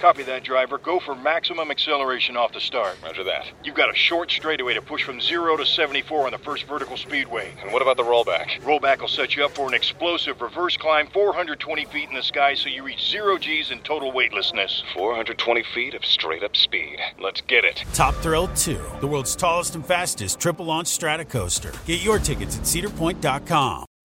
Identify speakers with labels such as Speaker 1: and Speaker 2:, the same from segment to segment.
Speaker 1: Copy that, driver. Go for maximum acceleration off the start. Roger that. You've got a short straightaway to push from 0 to 74 on the first vertical speedway. And what about the rollback? Rollback will set you up for an explosive reverse climb 420 feet in the sky so you reach 0 G's in total weightlessness. 420 feet of straight up speed. Let's get it.
Speaker 2: Top Thrill 2, the world's tallest and fastest triple launch strata coaster. Get your tickets at cedarpoint.com.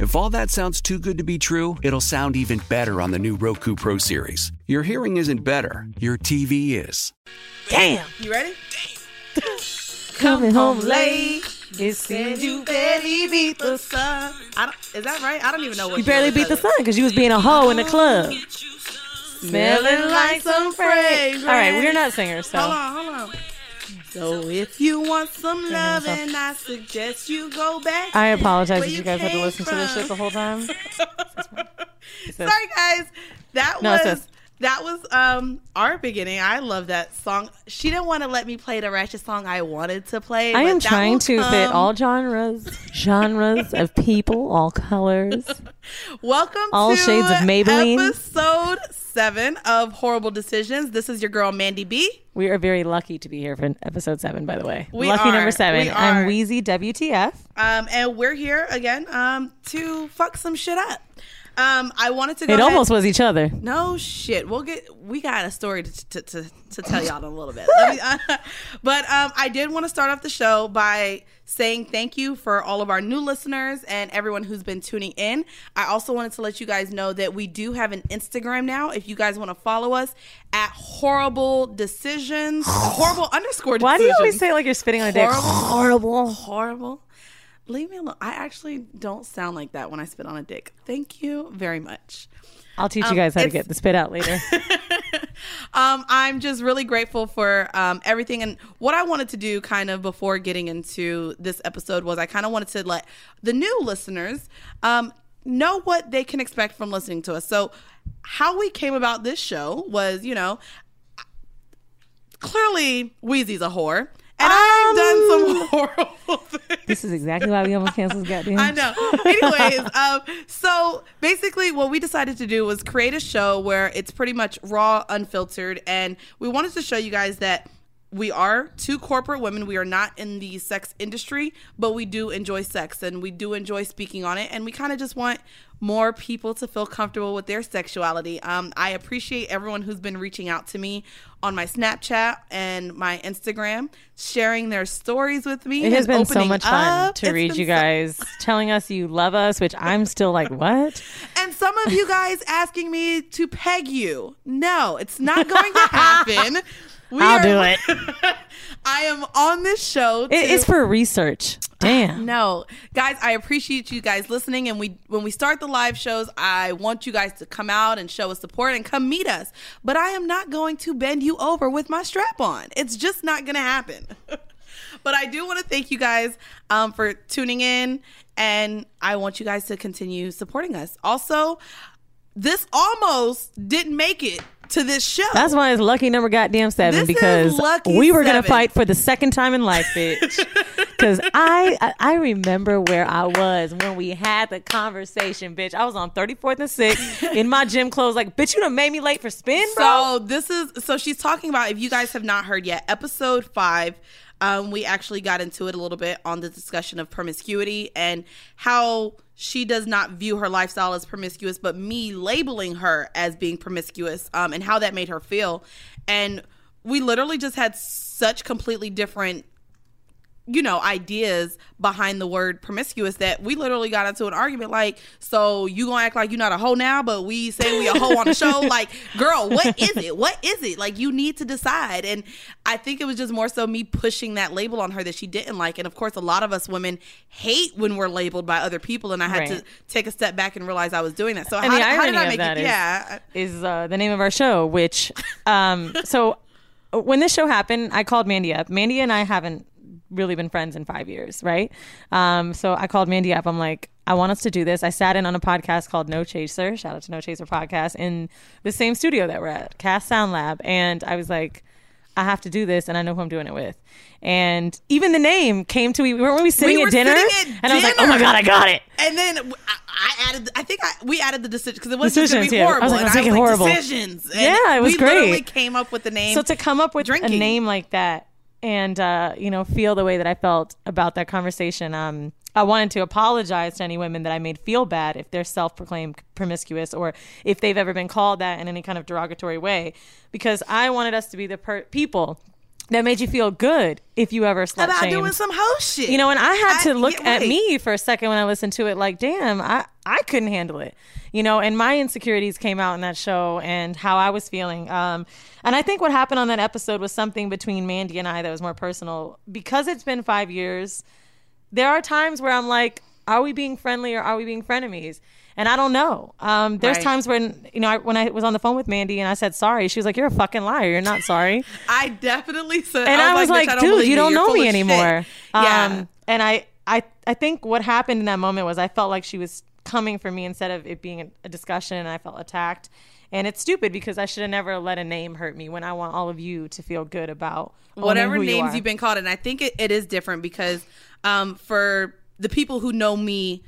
Speaker 3: If all that sounds too good to be true, it'll sound even better on the new Roku Pro Series. Your hearing isn't better, your TV is.
Speaker 4: Damn. You ready? Coming home late. It said you barely beat the sun. I don't, is that right? I don't even know what
Speaker 5: You barely beat the sun because you was being a hoe in the club.
Speaker 4: Smelling like some fragrance.
Speaker 5: All right, we're not singers,
Speaker 4: Hold
Speaker 5: so.
Speaker 4: on, hold on. So if you want some love, and I suggest you go back.
Speaker 5: I apologize
Speaker 4: Where
Speaker 5: that
Speaker 4: you
Speaker 5: you guys had to
Speaker 4: came
Speaker 5: listen to this
Speaker 4: from.
Speaker 5: shit the whole time. this-
Speaker 4: Sorry, guys. That
Speaker 5: No,
Speaker 4: was
Speaker 5: it's this.
Speaker 4: that was um our beginning. I love that song. She didn't want to let me play the ratchet song I wanted to play.
Speaker 5: I
Speaker 4: but
Speaker 5: am
Speaker 4: that
Speaker 5: trying
Speaker 4: will
Speaker 5: to fit
Speaker 4: come.
Speaker 5: all genres, genres of people, all colors.
Speaker 4: Welcome
Speaker 5: all
Speaker 4: to
Speaker 5: shades of Maybelline.
Speaker 4: episode seven of Horrible Decisions. This is your girl Mandy B.
Speaker 5: We are very lucky to be here for episode seven, by the way.
Speaker 4: We
Speaker 5: lucky
Speaker 4: are.
Speaker 5: number seven.
Speaker 4: We are.
Speaker 5: I'm Wheezy WTF.
Speaker 4: Um, and we're here again um, to fuck some shit up. Um, I wanted to go.
Speaker 5: It
Speaker 4: ahead-
Speaker 5: almost was each other.
Speaker 4: No shit. We'll get. We got a story to to, to, to tell y'all in a little bit. Let me- uh, but um, I did want to start off the show by saying thank you for all of our new listeners and everyone who's been tuning in. I also wanted to let you guys know that we do have an Instagram now. If you guys want to follow us at horrible decisions, horrible underscore.
Speaker 5: Why do you always
Speaker 4: Decisions.
Speaker 5: say it like you're spitting on a dick?
Speaker 4: Horrible. Horrible. Leave me alone. I actually don't sound like that when I spit on a dick. Thank you very much.
Speaker 5: I'll teach you guys how to
Speaker 4: Um, it's-
Speaker 5: get the spit out later.
Speaker 4: Um, I'm just really grateful for um, everything. And what I wanted to do kind of before getting into this episode was I kind of wanted to let the new listeners um, know what they can expect from listening to us. So, how we came about this show was, you know, clearly Wheezy's a whore. And I've done some horrible things.
Speaker 5: this is exactly why we almost canceled this goddamn.
Speaker 4: I know. Anyways, um, so basically, what we decided to do was create a show where it's pretty much raw, unfiltered, and we wanted to show you guys that we are two corporate women. We are not in the sex industry, but we do enjoy sex and we do enjoy speaking on it. And we kind of just want more people to feel comfortable with their sexuality. Um, I appreciate everyone who's been reaching out to me on my Snapchat and my Instagram, sharing their stories with me.
Speaker 5: It has
Speaker 4: and
Speaker 5: been so
Speaker 4: opening
Speaker 5: much fun
Speaker 4: up.
Speaker 5: to
Speaker 4: It's
Speaker 5: read
Speaker 4: been
Speaker 5: you
Speaker 4: so-
Speaker 5: guys telling us you love us, which I'm still like, what?
Speaker 4: And some of you guys asking me to peg you. No, it's not going to happen. We
Speaker 5: I'll
Speaker 4: are-
Speaker 5: do it.
Speaker 4: I am on this show. To,
Speaker 5: It is for research. Damn.
Speaker 4: no, guys. I appreciate you guys listening, and we when we start the live shows, I want you guys to come out and show us support and come meet us. But I am not going to bend you over with my strap on. It's just not going to happen. but I do want to thank you guys um, for tuning in, and I want you guys to continue supporting us. Also, this almost didn't make it to this show.
Speaker 5: That's why it's lucky number goddamn seven
Speaker 4: This is
Speaker 5: because
Speaker 4: lucky
Speaker 5: we were gonna
Speaker 4: seven.
Speaker 5: fight for the second time in life, bitch. Because I, I I remember where I was when we had the conversation, bitch. I was on 34th and 6th in my gym clothes, like, bitch, you done made me late for spin, bro.
Speaker 4: So this is so she's talking about if you guys have not heard yet, episode five. Um, we actually got into it a little bit on the discussion of promiscuity and how she does not view her lifestyle as promiscuous, but me labeling her as being promiscuous um, and how that made her feel. And we literally just had such completely different you know ideas behind the word promiscuous that we literally got into an argument like so you gonna act like you're not a hoe now but we say we a hoe on the show like girl what is it what is it like you need to decide and i think it was just more so me pushing that label on her that she didn't like and of course a lot of us women hate when we're labeled by other people and i had to
Speaker 5: Right.
Speaker 4: take a step back and realize i was doing that so
Speaker 5: And
Speaker 4: how,
Speaker 5: the
Speaker 4: how did
Speaker 5: irony
Speaker 4: i
Speaker 5: of
Speaker 4: make
Speaker 5: that
Speaker 4: it
Speaker 5: is-
Speaker 4: yeah
Speaker 5: is uh, the name of our show. Which, um, so when this show happened, I called Mandy up. Mandy and I haven't really been friends in five years, right? Um, so I called Mandy up. I'm like, I want us to do this. I sat in on a podcast called No Chaser. Shout out to No Chaser podcast in the same studio that we're at, Cast Sound Lab, and I was like. I have to do this, and I know who I'm doing it with. And even the name came to me. Were we sitting
Speaker 4: We were
Speaker 5: at dinner?
Speaker 4: sitting at
Speaker 5: and I was like, "Oh my
Speaker 4: dinner.
Speaker 5: god, I got it!"
Speaker 4: And then w- I, I added, I think I we added the decision because it was just gonna
Speaker 5: Decisions,
Speaker 4: be
Speaker 5: yeah. I was
Speaker 4: horrible.
Speaker 5: like,
Speaker 4: and
Speaker 5: I'm taking horrible.
Speaker 4: Decisions. And
Speaker 5: Yeah, it was
Speaker 4: we Literally
Speaker 5: great.
Speaker 4: came up with the name.
Speaker 5: So to come up with
Speaker 4: drinking.
Speaker 5: a name like that and uh, you know feel the way that I felt about that conversation, um, I wanted to apologize to any women that I made feel bad if they're self-proclaimed promiscuous or if they've ever been called that in any kind of derogatory way, because I wanted us to be the per- people that made you feel good if you ever slept
Speaker 4: about doing some hoe shit.
Speaker 5: you know, and I had to
Speaker 4: I-
Speaker 5: look
Speaker 4: yeah,
Speaker 5: at
Speaker 4: right.
Speaker 5: me for a second when I listened to it, like, damn, I, I couldn't handle it. You know, and my insecurities came out in that show and how I was feeling. Um, and I think what happened on that episode was something between Mandy and I that was more personal. Because it's been five years, there are times where I'm like, are we being friendly or are we being frenemies? And I don't know. Um, there's
Speaker 4: Right.
Speaker 5: times when, you know, I, when I was on the phone with Mandy and I said sorry, she was like, you're a fucking liar. You're not sorry.
Speaker 4: I definitely said,
Speaker 5: and I was
Speaker 4: "Bitch,
Speaker 5: like,
Speaker 4: I don't
Speaker 5: dude,
Speaker 4: believe
Speaker 5: you don't
Speaker 4: You're
Speaker 5: know
Speaker 4: full
Speaker 5: me
Speaker 4: of shit."
Speaker 5: anymore.
Speaker 4: Yeah.
Speaker 5: Um, and I, I, I think what happened in that moment was I felt like she was coming for me instead of it being a, a discussion, and I felt attacked. And it's stupid because I should have never let a name hurt me when I want all of you to feel good about owning
Speaker 4: whatever
Speaker 5: who you
Speaker 4: names
Speaker 5: are.
Speaker 4: you've been called. And I think it, it is different because um, for the people who know me,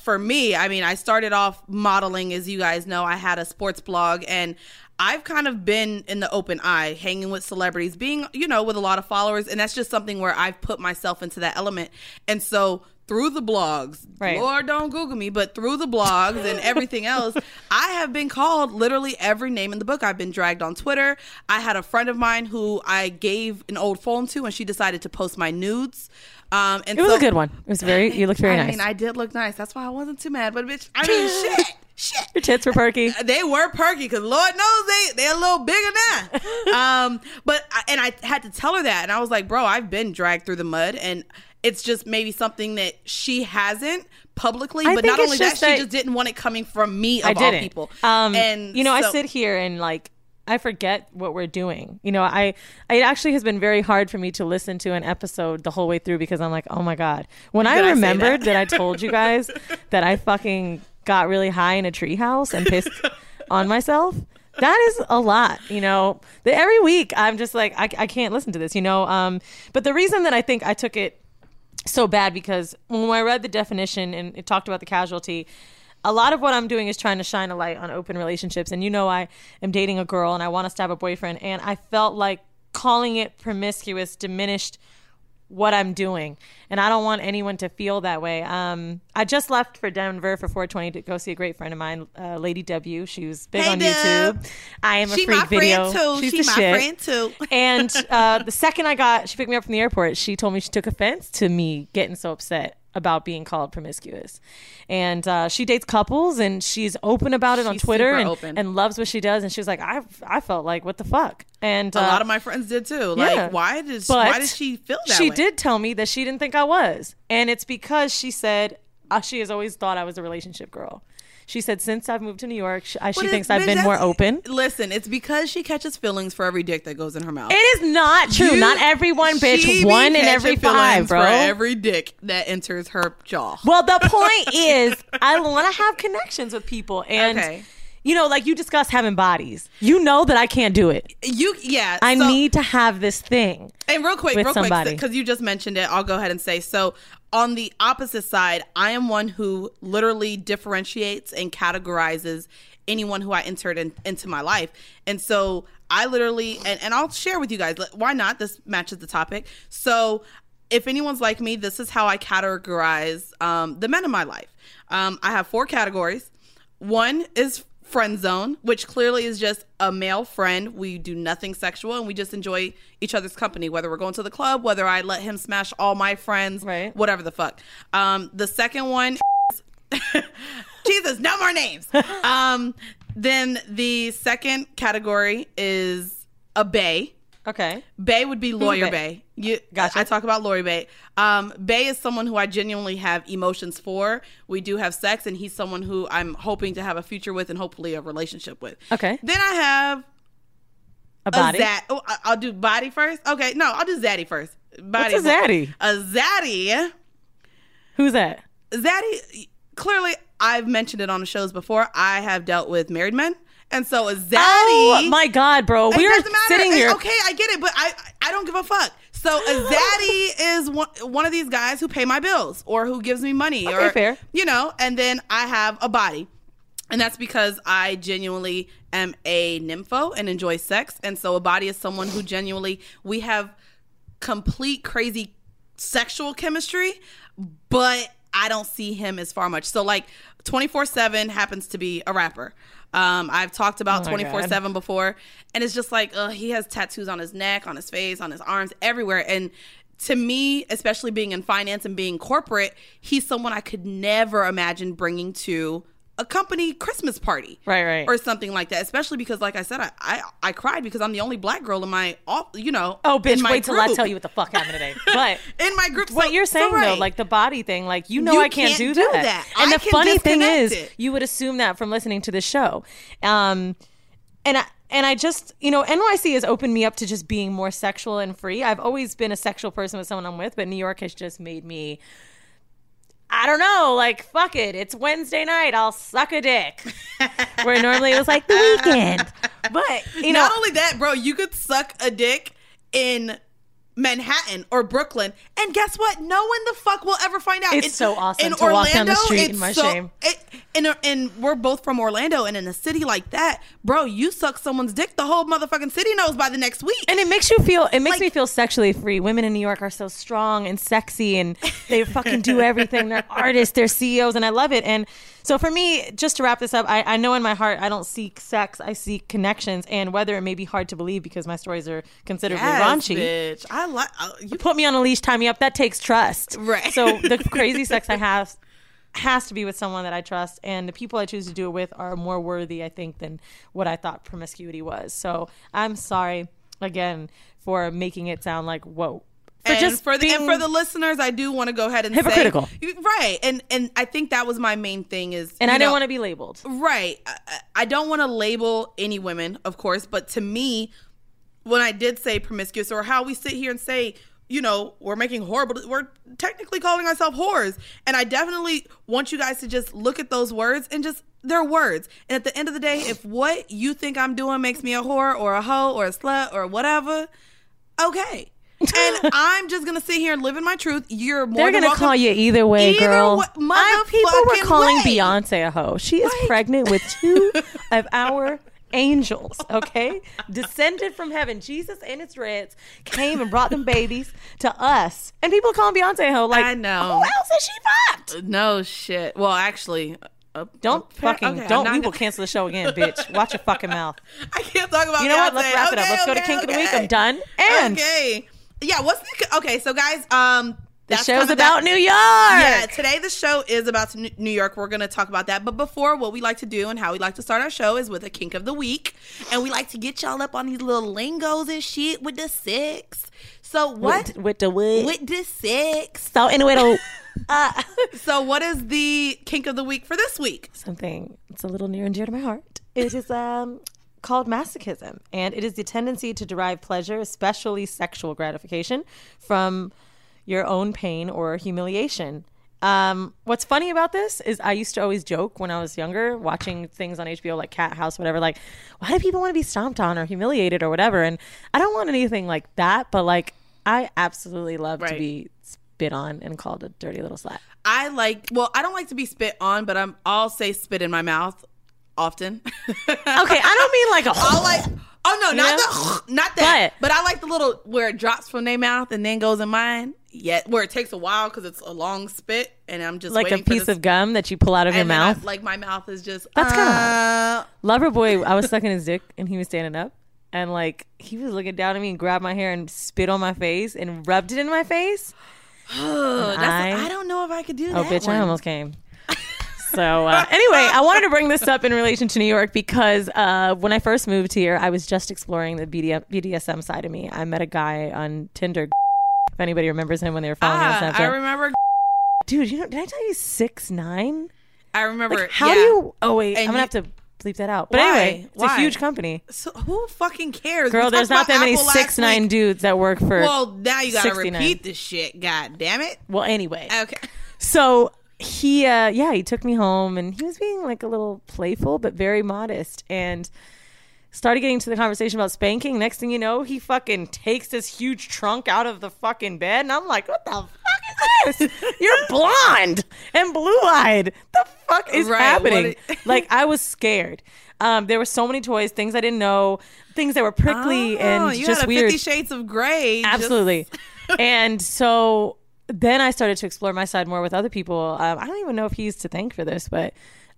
Speaker 4: for me, I mean, I started off modeling, as you guys know, I had a sports blog and I've kind of been in the open eye, hanging with celebrities, being, you know, with a lot of followers. And that's just something where I've put myself into that element. And so through the blogs,
Speaker 5: Right.
Speaker 4: Lord, don't Google me, but through the blogs and everything else, I have been called literally every name in the book. I've been dragged on Twitter. I had a friend of mine who I gave an old phone to, and she decided to post my nudes. Um, and
Speaker 5: It was
Speaker 4: so,
Speaker 5: a good one. It was very. You looked very
Speaker 4: I
Speaker 5: nice.
Speaker 4: mean, I did look nice. That's why I wasn't too mad. But bitch, I mean, shit, shit.
Speaker 5: Your tits were perky.
Speaker 4: They were perky because Lord knows they they're a little bigger now. um, but I, and I had to tell her that, and I was like, bro, I've been dragged through the mud, and it's just maybe something that she hasn't publicly.
Speaker 5: I
Speaker 4: but
Speaker 5: think
Speaker 4: not
Speaker 5: it's
Speaker 4: only that,
Speaker 5: just
Speaker 4: she
Speaker 5: that-
Speaker 4: just didn't want it coming from me of
Speaker 5: I didn't.
Speaker 4: all people.
Speaker 5: Um, you know, I
Speaker 4: so-
Speaker 5: sit here and like I forget what we're doing. You know, I it actually has been very hard for me to listen to an episode the whole way through because I'm like, oh my god. When
Speaker 4: Did I
Speaker 5: I
Speaker 4: say
Speaker 5: remembered
Speaker 4: that?
Speaker 5: that? I told you guys that I fucking got really high in a treehouse and pissed on myself. That is a lot, you know. The, every week, I'm just like, I, I can't listen to this, you know. Um, but the reason that I think I took it so bad because when I read the definition and it talked about the casualty, a lot of what I'm doing is trying to shine a light on open relationships. And you know, I am dating a girl and I want us to have a boyfriend. And I felt like calling it promiscuous diminished what I'm doing. And I don't want anyone to feel that way. Um, I just left for Denver for 420 to go see a great friend of mine, uh, Lady W. She was big
Speaker 4: Hey,
Speaker 5: on
Speaker 4: Deb.
Speaker 5: YouTube. I am a
Speaker 4: She
Speaker 5: freak
Speaker 4: my friend
Speaker 5: video.
Speaker 4: too.
Speaker 5: She's
Speaker 4: She
Speaker 5: the
Speaker 4: my
Speaker 5: shit.
Speaker 4: friend too.
Speaker 5: And uh, the second I got, she picked me up from the airport. She told me she took offense to me getting so upset about being called promiscuous. And uh, she dates couples, and she's open about it on
Speaker 4: She's
Speaker 5: Twitter
Speaker 4: super
Speaker 5: and,
Speaker 4: open.
Speaker 5: and loves what she does. And she was like, I I felt like what the fuck. And
Speaker 4: a
Speaker 5: uh,
Speaker 4: lot of my friends did too. Like,
Speaker 5: yeah.
Speaker 4: why did why
Speaker 5: But
Speaker 4: did she feel that?
Speaker 5: She
Speaker 4: way?
Speaker 5: did tell me that she didn't think I was, and it's because she said uh, she has always thought I was a relationship girl. She said since I've moved to New York, she, I, she
Speaker 4: But
Speaker 5: thinks
Speaker 4: it's-
Speaker 5: I've
Speaker 4: bitch,
Speaker 5: been more
Speaker 4: that's-
Speaker 5: open.
Speaker 4: Listen, it's because she catches feelings for every dick that goes in her mouth.
Speaker 5: It is not true.
Speaker 4: You-
Speaker 5: Not everyone,
Speaker 4: she
Speaker 5: bitch.
Speaker 4: be
Speaker 5: One in
Speaker 4: catching
Speaker 5: every
Speaker 4: feelings
Speaker 5: five, bro.
Speaker 4: For every dick that enters her jaw.
Speaker 5: Well, the point is, I want to have connections with people, and
Speaker 4: Okay.
Speaker 5: you know, like you discussed having bodies. You know that I can't do it.
Speaker 4: you, yeah.
Speaker 5: I
Speaker 4: so-
Speaker 5: need to have this thing.
Speaker 4: And real quick,
Speaker 5: with
Speaker 4: real quick,
Speaker 5: somebody.
Speaker 4: because you just mentioned it, I'll go ahead and say so. On the opposite side, I am one who literally differentiates and categorizes anyone who I entered in, into my life. And so I literally, and, and I'll share with you guys, like, why not? This matches the topic. So if anyone's like me, this is how I categorize um, the men in my life. Um, I have four categories. One is friend zone, which clearly is just a male friend. We do nothing sexual and we just enjoy each other's company, whether we're going to the club, whether I let him smash all my friends,
Speaker 5: Right.
Speaker 4: whatever the fuck. Um, the second one Jesus, no more names. um, then the second category is a bay.
Speaker 5: Okay.
Speaker 4: Bay would be lawyer
Speaker 5: a
Speaker 4: bay. You,
Speaker 5: Gotcha.
Speaker 4: I talk about lawyer bay. Um, bay is someone who I genuinely have emotions for. We do have sex, and he's someone who I'm hoping to have a future with and hopefully a relationship with.
Speaker 5: Okay.
Speaker 4: Then I have
Speaker 5: A
Speaker 4: a
Speaker 5: body.
Speaker 4: zat. Oh, I- I'll do body first. Okay, no, I'll do zaddy first. Body.
Speaker 5: What's a zaddy?
Speaker 4: A zaddy.
Speaker 5: Who's that?
Speaker 4: Zaddy, clearly, I've mentioned it on the shows before. I have dealt with married men. And so a zaddy.
Speaker 5: Oh my God, bro.
Speaker 4: It
Speaker 5: We are
Speaker 4: doesn't matter.
Speaker 5: sitting
Speaker 4: It's
Speaker 5: here.
Speaker 4: Okay, I get it, but I I don't give a fuck. So a zaddy is one, one of these guys who pay my bills or who gives me money
Speaker 5: Okay,
Speaker 4: or
Speaker 5: fair.
Speaker 4: you know, and then I have a body. And that's because I genuinely am a nympho and enjoy sex. And so a body is someone who genuinely we have complete crazy sexual chemistry, but I don't see him as far much. So like 24/7 happens to be a rapper. Um, I've talked about
Speaker 5: Oh my God.
Speaker 4: 24/7 before and it's just like uh, he has tattoos on his neck, on his face, on his arms, everywhere and to me, especially being in finance and being corporate, he's someone I could never imagine bringing to a company Christmas party
Speaker 5: Right, right.
Speaker 4: or something like that. Especially because, like I said, I I, I cried because I'm the only black girl in my, all- you know,
Speaker 5: Oh, bitch,
Speaker 4: in my
Speaker 5: wait till I
Speaker 4: group.
Speaker 5: tell you what the fuck happened today. But
Speaker 4: in my group.
Speaker 5: what
Speaker 4: so-
Speaker 5: you're
Speaker 4: so
Speaker 5: saying though,
Speaker 4: right.
Speaker 5: like the body thing, like you know
Speaker 4: You
Speaker 5: I can't,
Speaker 4: can't
Speaker 5: do,
Speaker 4: do
Speaker 5: that.
Speaker 4: that.
Speaker 5: And
Speaker 4: I
Speaker 5: the
Speaker 4: can
Speaker 5: funny thing is,
Speaker 4: disconnect it.
Speaker 5: you would assume that from listening to this show. Um, and I and I just you know NYC has opened me up to just being more sexual and free. I've always been a sexual person with someone I'm with, but New York has just made me. I don't know, like fuck it. It's Wednesday night. I'll suck a dick. Where normally it was like the weekend, but you know,
Speaker 4: not only that, bro, you could suck a dick in Manhattan or Brooklyn, and guess what? No one the fuck will ever find out.
Speaker 5: It's so awesome to walk down the street in
Speaker 4: it's
Speaker 5: my shame.
Speaker 4: It, and and we're both from Orlando, and in a city like that, bro, you suck someone's dick, the whole motherfucking city knows by the next week.
Speaker 5: And it makes you feel. It makes
Speaker 4: Like-
Speaker 5: me feel sexually free. Women in New York are so strong and sexy, and they fucking do everything. They're artists. They're CEOs, and I love it. And so for me, just to wrap this up, I, I know in my heart I don't seek sex. I seek connections, and whether it may be hard to believe because my stories are considerably
Speaker 4: Yes,
Speaker 5: raunchy.
Speaker 4: bitch. I like oh, you.
Speaker 5: Put me on a leash, tie me up. That takes trust.
Speaker 4: Right.
Speaker 5: So the crazy sex I have has to be with someone that I trust, and the people I choose to do it with are more worthy, I think, than what I thought promiscuity was. So I'm sorry again for making it sound like whoa. For
Speaker 4: and for the and
Speaker 5: being-
Speaker 4: for the listeners, I do want to go ahead and
Speaker 5: Hypocritical.
Speaker 4: say You- right, and and I think that was my main thing is
Speaker 5: and
Speaker 4: you
Speaker 5: I didn't
Speaker 4: know,
Speaker 5: want to be labeled.
Speaker 4: Right. I, I- I don't want to label any women, of course, but to me, when I did say promiscuous or how we sit here and say, you know, we're making horrible, we're technically calling ourselves whores. And I definitely want you guys to just look at those words and just, they're words. And at the end of the day, if what you think I'm doing makes me a whore or a hoe or a slut or whatever, okay. and I'm just gonna sit here and live in my truth. You're more
Speaker 5: They're
Speaker 4: than
Speaker 5: gonna
Speaker 4: welcome-
Speaker 5: call you either way,
Speaker 4: Either
Speaker 5: girl.
Speaker 4: wa-
Speaker 5: I, people were
Speaker 4: motherfucking
Speaker 5: calling
Speaker 4: way.
Speaker 5: Beyonce a hoe. She is
Speaker 4: Like-
Speaker 5: pregnant with two of our angels. Okay, descended from heaven. Jesus and his reds came and brought them babies to us, and people are calling Beyonce a hoe. Like,
Speaker 4: I know.
Speaker 5: who else is she fucked?
Speaker 4: No shit. Well, actually, uh,
Speaker 5: Don't
Speaker 4: appar-
Speaker 5: fucking
Speaker 4: okay,
Speaker 5: don't.
Speaker 4: I'm not
Speaker 5: We will
Speaker 4: gonna-
Speaker 5: cancel the show again, bitch. Watch your fucking mouth.
Speaker 4: I can't talk about.
Speaker 5: You know what?
Speaker 4: Beyonce.
Speaker 5: Let's wrap it up.
Speaker 4: Okay,
Speaker 5: Let's go to
Speaker 4: okay,
Speaker 5: kink of the week.
Speaker 4: okay.
Speaker 5: I'm done. And
Speaker 4: okay, yeah. What's the okay? So guys, um,
Speaker 5: the
Speaker 4: that's
Speaker 5: show's
Speaker 4: kinda
Speaker 5: about
Speaker 4: that-
Speaker 5: New York.
Speaker 4: Yeah, today the show is about N- New York. We're going to talk about that. But before, what we like to do and how we like to start our show is with a kink of the week. And we like to get y'all up on these little lingos and shit with the six. So, what?
Speaker 5: With, with the wood.
Speaker 4: With the six.
Speaker 5: so anyway, though.
Speaker 4: So, what is the kink of the week for this week?
Speaker 5: something that's a little near and dear to my heart. It is um, called masochism, and it is the tendency to derive pleasure, especially sexual gratification, from your own pain or humiliation. Um, what's funny about this is I used to always joke when I was younger, watching things on HBO like Cat House, whatever, like, why do people want to be stomped on or humiliated or whatever? And I don't want anything like that, but like, I absolutely love to
Speaker 4: Right.
Speaker 5: be spit on and called a dirty little slut.
Speaker 4: I like, well, I don't like to be spit on, but I'm, I'll say spit in my mouth. often.
Speaker 5: Okay, I don't mean like a.
Speaker 4: I like. Oh no, not
Speaker 5: Yeah.
Speaker 4: the not that.
Speaker 5: But-
Speaker 4: But, I like the little where it drops from their mouth and then goes in mine. Yet where it takes a while because it's a long spit, and I'm just
Speaker 5: like a
Speaker 4: waiting for
Speaker 5: piece
Speaker 4: this-
Speaker 5: of gum that you pull out of your
Speaker 4: and then I-
Speaker 5: mouth.
Speaker 4: like my mouth is just
Speaker 5: That's kinda
Speaker 4: uh,
Speaker 5: Lover boy, I was sucking his dick and he was standing up and like he was looking down at me and grabbed my hair and spit on my face and rubbed it in my face.
Speaker 4: ugh, that's-
Speaker 5: I-
Speaker 4: I don't know if I could do
Speaker 5: Oh,
Speaker 4: that.
Speaker 5: bitch, I
Speaker 4: one.
Speaker 5: almost came. So uh, anyway, I wanted to bring this up in relation to New York because uh, when I first moved here, I was just exploring the BD- BDSM side of me. I met a guy on Tinder. If anybody remembers him when they were following me
Speaker 4: Ah,
Speaker 5: on Snapchat,
Speaker 4: I remember.
Speaker 5: dude, you know, did I tell you six nine?
Speaker 4: I remember.
Speaker 5: Like, how do
Speaker 4: yeah.
Speaker 5: you? Oh wait,
Speaker 4: And
Speaker 5: I'm gonna
Speaker 4: you-
Speaker 5: have to bleep that out. But
Speaker 4: Why?
Speaker 5: anyway, it's a
Speaker 4: Why?
Speaker 5: huge company.
Speaker 4: So who fucking cares? We
Speaker 5: Girl,
Speaker 4: talked
Speaker 5: there's not
Speaker 4: about
Speaker 5: that many
Speaker 4: Apple last
Speaker 5: six nine
Speaker 4: week.
Speaker 5: dudes that work for.
Speaker 4: Well, now you gotta
Speaker 5: 69.
Speaker 4: repeat this shit. God damn it.
Speaker 5: Well, anyway.
Speaker 4: Okay.
Speaker 5: So he, uh, yeah, he took me home and he was being like a little playful, but very modest and started getting to the conversation about spanking. Next thing you know, he fucking takes this huge trunk out of the fucking bed. And I'm like, what the fuck is this? You're blonde and blue eyed. The fuck is
Speaker 4: Right,
Speaker 5: happening?
Speaker 4: what it-
Speaker 5: like, I was scared. Um, there were so many toys, things I didn't know, things that were prickly
Speaker 4: Oh,
Speaker 5: and
Speaker 4: you
Speaker 5: just
Speaker 4: had a
Speaker 5: weird.
Speaker 4: Fifty Shades of Grey. just-
Speaker 5: Absolutely. and so then I started to explore my side more with other people. Um, I don't even know if he's to thank for this, but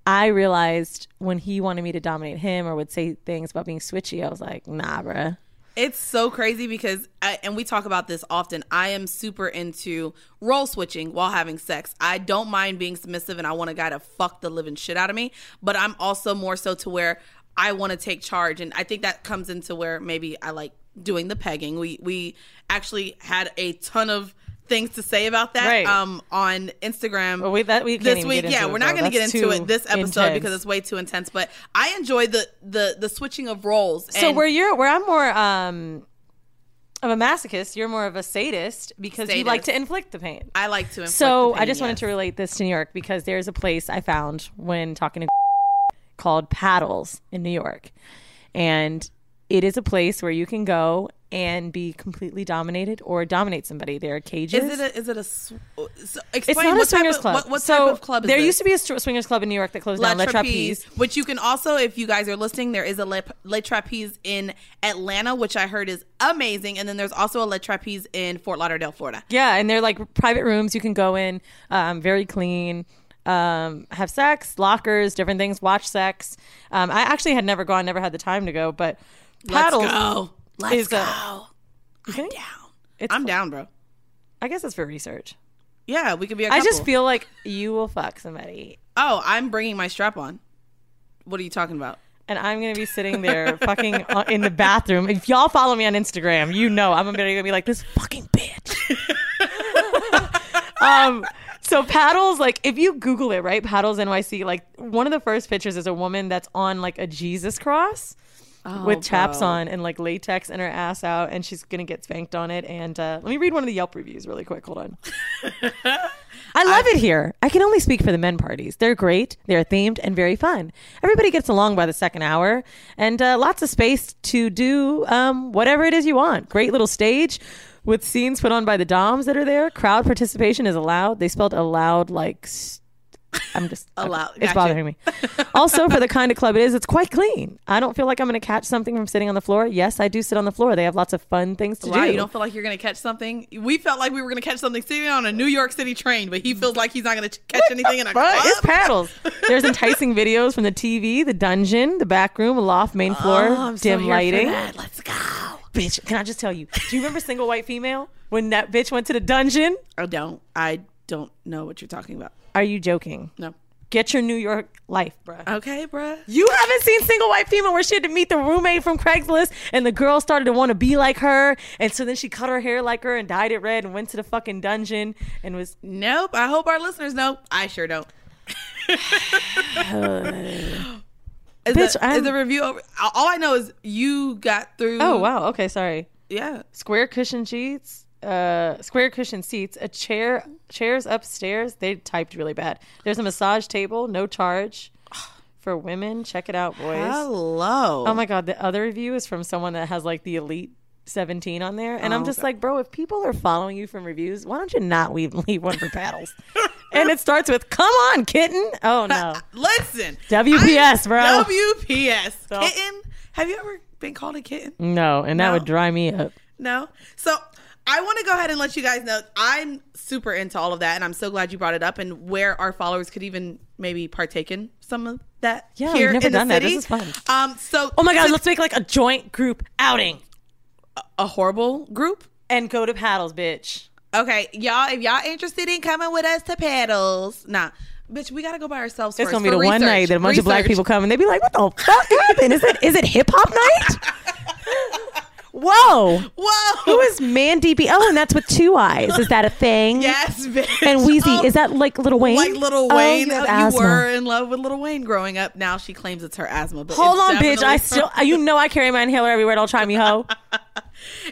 Speaker 5: I realized when he wanted me to dominate him or would say things about being switchy, I was like, nah, bruh.
Speaker 4: It's so crazy because, I, and we talk about this often. I am super into role switching while having sex. I don't mind being submissive, and I want a guy to fuck the living shit out of me. But I'm also more so to where I want to take charge, and I think that comes into where maybe I like doing the pegging. We we actually had a ton of things to say about that
Speaker 5: Right.
Speaker 4: um on Instagram.
Speaker 5: Well, we- that- we can't
Speaker 4: this
Speaker 5: even
Speaker 4: week,
Speaker 5: get into
Speaker 4: yeah,
Speaker 5: it,
Speaker 4: we're not
Speaker 5: though.
Speaker 4: going to get
Speaker 5: That's
Speaker 4: into
Speaker 5: too
Speaker 4: it this episode
Speaker 5: intense.
Speaker 4: because it's way too intense. But I enjoy the the the switching of roles.
Speaker 5: So
Speaker 4: and-
Speaker 5: where you're, where I'm more um, of a masochist, you're more of a sadist because you like
Speaker 4: Sadist.
Speaker 5: to inflict the pain.
Speaker 4: I like to. inflict
Speaker 5: So
Speaker 4: the
Speaker 5: I
Speaker 4: pain,
Speaker 5: just wanted
Speaker 4: yes.
Speaker 5: to relate this to New York because there's a place I found when talking to called Paddles in New York. And it is a place where you can go and be completely dominated or dominate somebody. There are cages.
Speaker 4: Is it a, is it a sw- so
Speaker 5: it's
Speaker 4: explain
Speaker 5: not a
Speaker 4: what
Speaker 5: swingers
Speaker 4: type of,
Speaker 5: club.
Speaker 4: What, what
Speaker 5: so
Speaker 4: type of club is
Speaker 5: there
Speaker 4: this?
Speaker 5: used to be a str- swingers club in New York that closed down. La Trapeze.
Speaker 4: which you can also, if you guys are listening, there is a Le, Le Trapeze in Atlanta, which I heard is amazing, and then there's also a Le Trapeze in Fort Lauderdale, Florida.
Speaker 5: Yeah, and they're like private rooms you can go in, um, very clean, um, have sex, lockers, different things, watch sex. Um, I actually had never gone, never had the time to go, but paddles.
Speaker 4: Let's go. Let's
Speaker 5: is
Speaker 4: go.
Speaker 5: a-
Speaker 4: i I'm down.
Speaker 5: It's
Speaker 4: I'm
Speaker 5: fun.
Speaker 4: down, bro.
Speaker 5: I guess it's for research.
Speaker 4: Yeah, we could be. A
Speaker 5: I
Speaker 4: couple.
Speaker 5: just feel like you will fuck somebody,
Speaker 4: Oh, I'm bringing my strap on. What are you talking about?
Speaker 5: and I'm gonna be sitting there fucking uh, in the bathroom. If y'all follow me on Instagram, you know I'm gonna be- gonna be like this fucking bitch. um, so paddles, like if you Google it, right? Paddles NYC, like one of the first pictures is a woman that's on like a Jesus cross. with chaps on and like latex and her ass out, and she's gonna get spanked on it. And uh, let me read one of the Yelp reviews really quick. Hold on. I love it here. I can only speak for the men parties. They're great, they're themed, and very fun. Everybody gets along by the second hour, and uh, lots of space to do um, whatever it is you want. Great little stage with scenes put on by the Doms that are there. Crowd participation is allowed. They spelled allowed like. St- I'm just
Speaker 4: Allowed.
Speaker 5: It's
Speaker 4: Gotcha.
Speaker 5: bothering me. also, for the kind of club it is, it's quite clean. I don't feel like I'm going to catch something from sitting on the floor. Yes, I do sit on the floor. They have lots of fun things to
Speaker 4: Wow,
Speaker 5: do.
Speaker 4: you don't feel like you're gonna catch something? We felt like we were gonna catch something sitting on a New York City train, but he feels like he's not gonna catch anything in a
Speaker 5: Right,
Speaker 4: club.
Speaker 5: it's paddles. There's enticing videos from the TV, the dungeon, the back room, loft, main floor,
Speaker 4: Oh,
Speaker 5: dim lighting.
Speaker 4: Let's go.
Speaker 5: Bitch, can I just tell you? Do you remember single white female when that bitch went to the dungeon?
Speaker 4: I don't. I don't know what you're talking about.
Speaker 5: Are you joking?
Speaker 4: No.
Speaker 5: Get your New York life, bruh.
Speaker 4: Okay, bruh.
Speaker 5: You haven't seen single white female where she had to meet the roommate from Craigslist, and the girl started to want to be like her, and so then she cut her hair like her and dyed it red and went to the fucking dungeon and was
Speaker 4: Nope. I hope our listeners know. I sure don't. is,
Speaker 5: Bitch,
Speaker 4: the,
Speaker 5: I'm-
Speaker 4: is the review over? All I know is you got through.
Speaker 5: oh wow okay sorry
Speaker 4: Yeah.
Speaker 5: square cushion sheets, uh, square cushion seats, a chair, chairs upstairs. They typed really bad. There's a massage table, no charge for women. Check it out, boys.
Speaker 4: Hello.
Speaker 5: Oh my god, the other review is from someone that has like the elite. 17 on there and I'm just like bro if people are following you from reviews why don't you not leave, leave one for paddles and it starts with "Come on, kitten." Oh no.
Speaker 4: Uh, Listen.
Speaker 5: WPS,
Speaker 4: I-
Speaker 5: bro.
Speaker 4: WPS. Kitten. Have you ever been called a kitten?
Speaker 5: No, and that
Speaker 4: No.
Speaker 5: would dry me up.
Speaker 4: No. So I want to go ahead and let you guys know I'm super into all of that, and I'm so glad you brought it up, and where our followers could even maybe partake in some of that
Speaker 5: Yeah,
Speaker 4: here
Speaker 5: we've never
Speaker 4: in the
Speaker 5: done that.
Speaker 4: city.
Speaker 5: This is
Speaker 4: fun. Um. So
Speaker 5: Oh my god,
Speaker 4: to-
Speaker 5: let's make like a joint group outing
Speaker 4: a horrible group.
Speaker 5: and go to paddles, bitch.
Speaker 4: Okay, y'all. If y'all interested in coming with us to paddles, nah. Bitch, we gotta go by ourselves.
Speaker 5: It's
Speaker 4: first
Speaker 5: gonna be the
Speaker 4: for
Speaker 5: one
Speaker 4: research.
Speaker 5: night that a bunch of black
Speaker 4: Research.
Speaker 5: people come and they be like, "What the fuck happened? Is it is it hip hop night?" Whoa,
Speaker 4: Whoa!
Speaker 5: who is Mandy B? Oh, and that's with two eyes. Is that a thing?
Speaker 4: yes, bitch.
Speaker 5: And Wheezy,
Speaker 4: Um,
Speaker 5: is that like Little Wayne?
Speaker 4: like Little
Speaker 5: Oh,
Speaker 4: Wayne?
Speaker 5: you
Speaker 4: Oh,
Speaker 5: have
Speaker 4: you,
Speaker 5: asthma.
Speaker 4: were in love with Little Wayne growing up. Now she claims it's her asthma. But
Speaker 5: Hold
Speaker 4: it's
Speaker 5: on, bitch.
Speaker 4: definitely
Speaker 5: I
Speaker 4: her-
Speaker 5: still, you know, I carry my inhaler everywhere. Don't try me, hoe.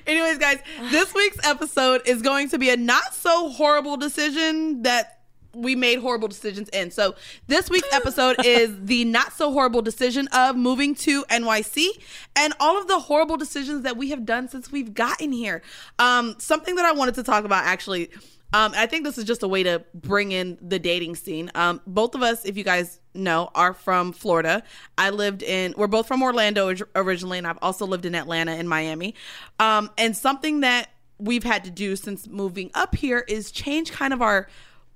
Speaker 4: Anyways, guys, this week's episode is going to be a not so horrible decision that we made horrible decisions in. So, this week's episode is the not so horrible decision of moving to NYC and all of the horrible decisions that we have done since we've gotten here. Um, something that I wanted to talk about actually. Um, I think this is just a way to bring in the dating scene. Um, both of us, if you guys know, are from Florida. I lived in, we're both from Orlando orig- originally, and I've also lived in Atlanta and Miami. Um, and something that we've had to do since moving up here is change kind of our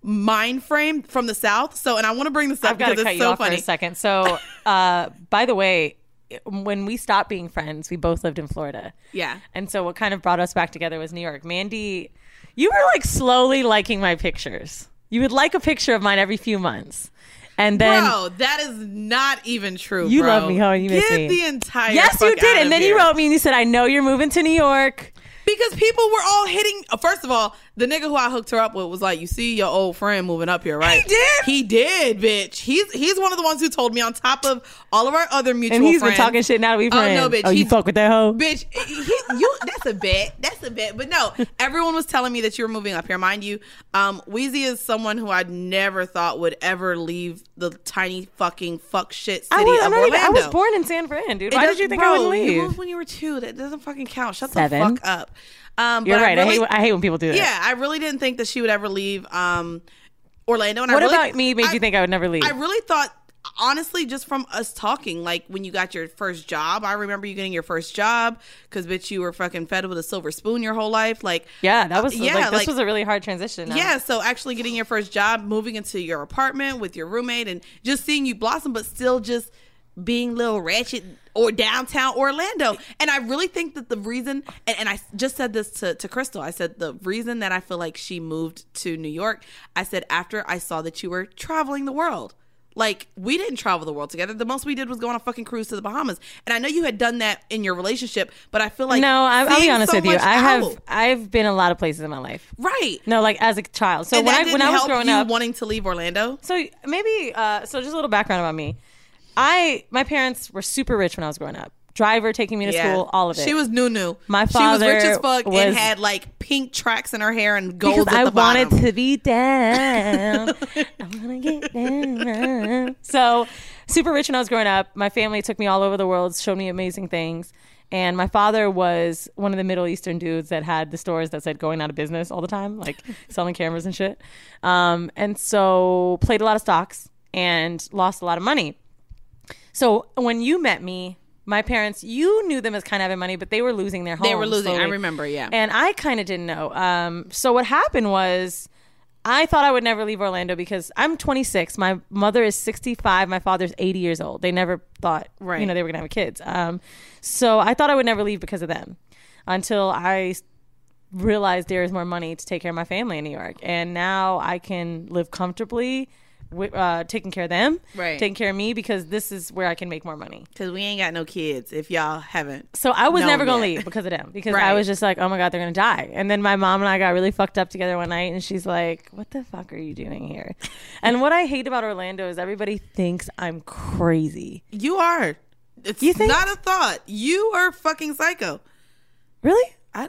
Speaker 4: mind frame from the South. So, and I want to bring this up
Speaker 5: I've got to
Speaker 4: because
Speaker 5: cut
Speaker 4: it's
Speaker 5: you
Speaker 4: so
Speaker 5: off
Speaker 4: funny.
Speaker 5: for a second. So, uh, by the way, when we stopped being friends, we both lived in Florida.
Speaker 4: Yeah.
Speaker 5: And so, what kind of brought us back together was New York. Mandy, you were like slowly liking my pictures. You would like a picture of mine every few months, and then.
Speaker 4: bro, that is not even true.
Speaker 5: You
Speaker 4: bro.
Speaker 5: love me, ho, and you
Speaker 4: Get
Speaker 5: miss me.
Speaker 4: the entire.
Speaker 5: Yes, you
Speaker 4: fuck
Speaker 5: did.
Speaker 4: out
Speaker 5: And
Speaker 4: of
Speaker 5: then
Speaker 4: here.
Speaker 5: you wrote me and you said, I know you're moving to New York.
Speaker 4: Because people were all hitting. uh, First of all, the nigga who I hooked her up with was like, "You see your old friend moving up here, right?"
Speaker 5: He did?
Speaker 4: He did, bitch. He's he's one of the ones who told me on top of all of our other mutual.
Speaker 5: And he's
Speaker 4: friends,
Speaker 5: been talking shit now that we friends.
Speaker 4: Oh no, bitch.
Speaker 5: you
Speaker 4: He's-
Speaker 5: fuck with that hoe?
Speaker 4: Bitch, eh, he, you that's a bet. That's a bet. But no, everyone was telling me that you were moving up here. Mind you, um, Wheezy is someone who I never thought would ever leave the tiny fucking fuck shit city
Speaker 5: I was,
Speaker 4: of
Speaker 5: I'm not even-
Speaker 4: Orlando.
Speaker 5: I was born in San Fran, dude.
Speaker 4: It
Speaker 5: Why did
Speaker 4: doesn't-
Speaker 5: you think
Speaker 4: bro,
Speaker 5: I would
Speaker 4: You
Speaker 5: leave?
Speaker 4: moved when you were two. That doesn't fucking count. Shut the
Speaker 5: Seven.
Speaker 4: fuck up. Um,
Speaker 5: You're
Speaker 4: but
Speaker 5: right.
Speaker 4: really-
Speaker 5: I hate I hate when people do that.
Speaker 4: yeah, I really didn't think that she would ever leave um, Orlando. And I
Speaker 5: What
Speaker 4: really-
Speaker 5: about me made
Speaker 4: I-
Speaker 5: you think I would never leave?
Speaker 4: I really thought, honestly, just from us talking, like when you got your first job, I remember you getting your first job because, bitch, you were fucking fed with a silver spoon your whole life. Like,
Speaker 5: yeah, that was
Speaker 4: yeah,
Speaker 5: like this
Speaker 4: like-
Speaker 5: was a really hard transition. Um,
Speaker 4: yeah, so actually getting your first job, moving into your apartment with your roommate, and just seeing you blossom, but still just being little ratchet or downtown Orlando. And I really think that the reason, and, and I just said this to, to Crystal, I said the reason that I feel like she moved to New York, I said after I saw that you were traveling the world. Like we didn't travel the world together. The most we did was go on a fucking cruise to the Bahamas. And I know you had done that in your relationship, but I feel like
Speaker 5: no, I, I'll be
Speaker 4: seeing
Speaker 5: honest
Speaker 4: so
Speaker 5: with you.
Speaker 4: much
Speaker 5: I have
Speaker 4: out-
Speaker 5: I've been a lot of places in my life.
Speaker 4: right.
Speaker 5: No, like as a child. So
Speaker 4: and
Speaker 5: when
Speaker 4: that
Speaker 5: I
Speaker 4: didn't
Speaker 5: when I was
Speaker 4: help
Speaker 5: growing
Speaker 4: you
Speaker 5: up,
Speaker 4: wanting to leave Orlando.
Speaker 5: so maybe uh, so just a little background about me. I my parents were super rich when I was growing up. Driver taking me to school, all of it.
Speaker 4: She was new, new.
Speaker 5: My
Speaker 4: she was rich
Speaker 5: father
Speaker 4: as fuck
Speaker 5: was-
Speaker 4: and had like pink tracks in her hair and gold
Speaker 5: because
Speaker 4: at
Speaker 5: I
Speaker 4: the
Speaker 5: wanted
Speaker 4: bottom.
Speaker 5: to be down. I want to get down. So, super rich when I was growing up. My family took me all over the world, showed me amazing things. And my father was one of the Middle Eastern dudes that had the stores that said going out of business all the time, like selling cameras and shit. Um, and so, played a lot of stocks and lost a lot of money. So when you met me, my parents, you knew them as kind of having money, but they were losing their home.
Speaker 4: They were losing. I remember, yeah.
Speaker 5: And I kind of didn't know. Um, so what happened was, I thought I would never leave Orlando because I'm 26. My mother is 65. My father's 80 years old. They never thought,
Speaker 4: Right.
Speaker 5: you know, they were gonna have kids. Um, so I thought I would never leave because of them, until I realized there is more money to take care of my family in New York, and now I can live comfortably, wi- uh, taking care of them,
Speaker 4: Right.
Speaker 5: taking care of me because this is where I can make more money.
Speaker 4: Because we ain't got no kids if y'all haven't.
Speaker 5: So I was
Speaker 4: known
Speaker 5: never gonna
Speaker 4: yet.
Speaker 5: leave because of them because
Speaker 4: Right.
Speaker 5: I was just like, oh my god, they're gonna die. And then my mom and I got really fucked up together one night, and she's like, what the fuck are you doing here? and what I hate about Orlando is everybody thinks I'm crazy.
Speaker 4: You are. It's
Speaker 5: You think?
Speaker 4: not a thought. You are fucking psycho.
Speaker 5: Really?
Speaker 4: I,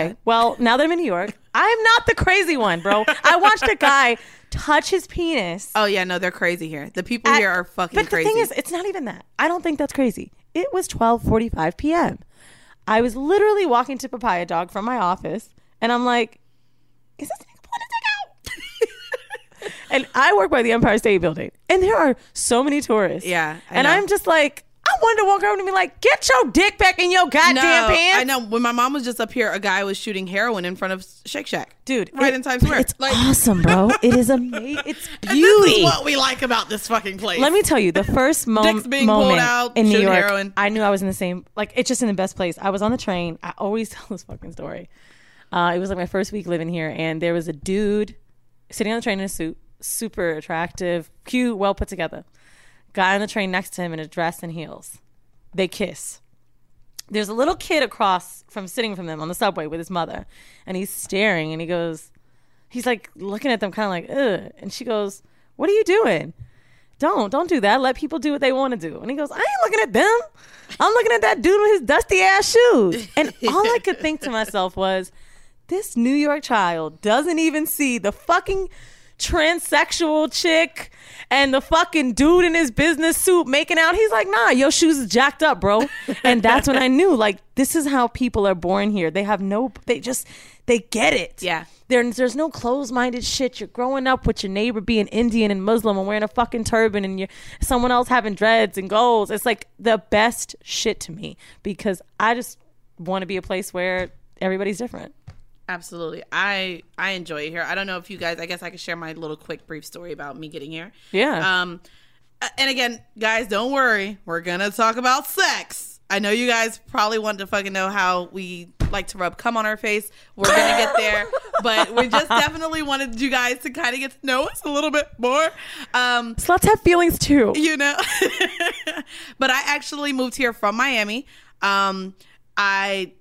Speaker 5: Okay. Well, now that I'm in New York, I'm not the crazy one, bro. I watched a guy touch his penis.
Speaker 4: Oh yeah, no, they're crazy here. The people here
Speaker 5: at-
Speaker 4: are fucking
Speaker 5: But the
Speaker 4: crazy.
Speaker 5: thing is, it's not even that. I don't think that's crazy. It was 12:45 p.m. I was literally walking to Papaya Dog from my office, and I'm like, "Is this nigga pulling a dick out?" and I work by the Empire State Building, and there are so many tourists.
Speaker 4: Yeah, I
Speaker 5: and
Speaker 4: know.
Speaker 5: I'm just like, I wanted to walk over and be like, "Get your dick back in your goddamn
Speaker 4: no,
Speaker 5: pants."
Speaker 4: I know. When my mom was just up here, a guy was shooting heroin in front of Shake Shack,
Speaker 5: dude.
Speaker 4: right
Speaker 5: it-
Speaker 4: in Times
Speaker 5: but
Speaker 4: Square.
Speaker 5: It's awesome, bro. It is amazing. It's beauty.
Speaker 4: This is what we like about this fucking place.
Speaker 5: Let me tell you, the first mom-
Speaker 4: Dicks being pulled
Speaker 5: moment
Speaker 4: out,
Speaker 5: in New
Speaker 4: shooting
Speaker 5: York,
Speaker 4: heroin.
Speaker 5: I knew I was in the same, like, it's just in the best place. I was on the train. I always tell this fucking story. Uh, it was like my first week living here, and there was a dude sitting on the train in a suit, super attractive, cute, well put together. Guy on the train next to him in a dress and heels. They kiss. There's a little kid across from sitting from them on the subway with his mother, and he's staring, and he goes, he's like looking at them, kind of like, ugh. And she goes, "What are you doing?" don't don't do that let people do what they want to do and he goes i ain't looking at them i'm looking at that dude with his dusty ass shoes and all i could think to myself was this new york child doesn't even see the fucking transsexual chick and the fucking dude in his business suit making out he's like nah your shoes is jacked up bro and that's when i knew like this is how people are born here they have no they just they get it
Speaker 4: Yeah.
Speaker 5: there, there's no closed-minded shit. You're growing up with your neighbor being Indian and Muslim and wearing a fucking turban, and you're someone else having dreads and goals. It's like the best shit to me because I just want to be a place where everybody's different.
Speaker 4: Absolutely. I I enjoy it here. I don't know if you guys I guess I could share my little quick brief story about me getting here.
Speaker 5: Yeah.
Speaker 4: Um a- and again, guys, don't worry. We're going to talk about sex. I know you guys probably want to fucking know how we like to rub cum on our face. We're going to get there, but we just definitely wanted you guys to kind of get to know us a little bit more. Um
Speaker 5: Sluts have feelings too.
Speaker 4: you know. but I actually moved here from Miami. Um, I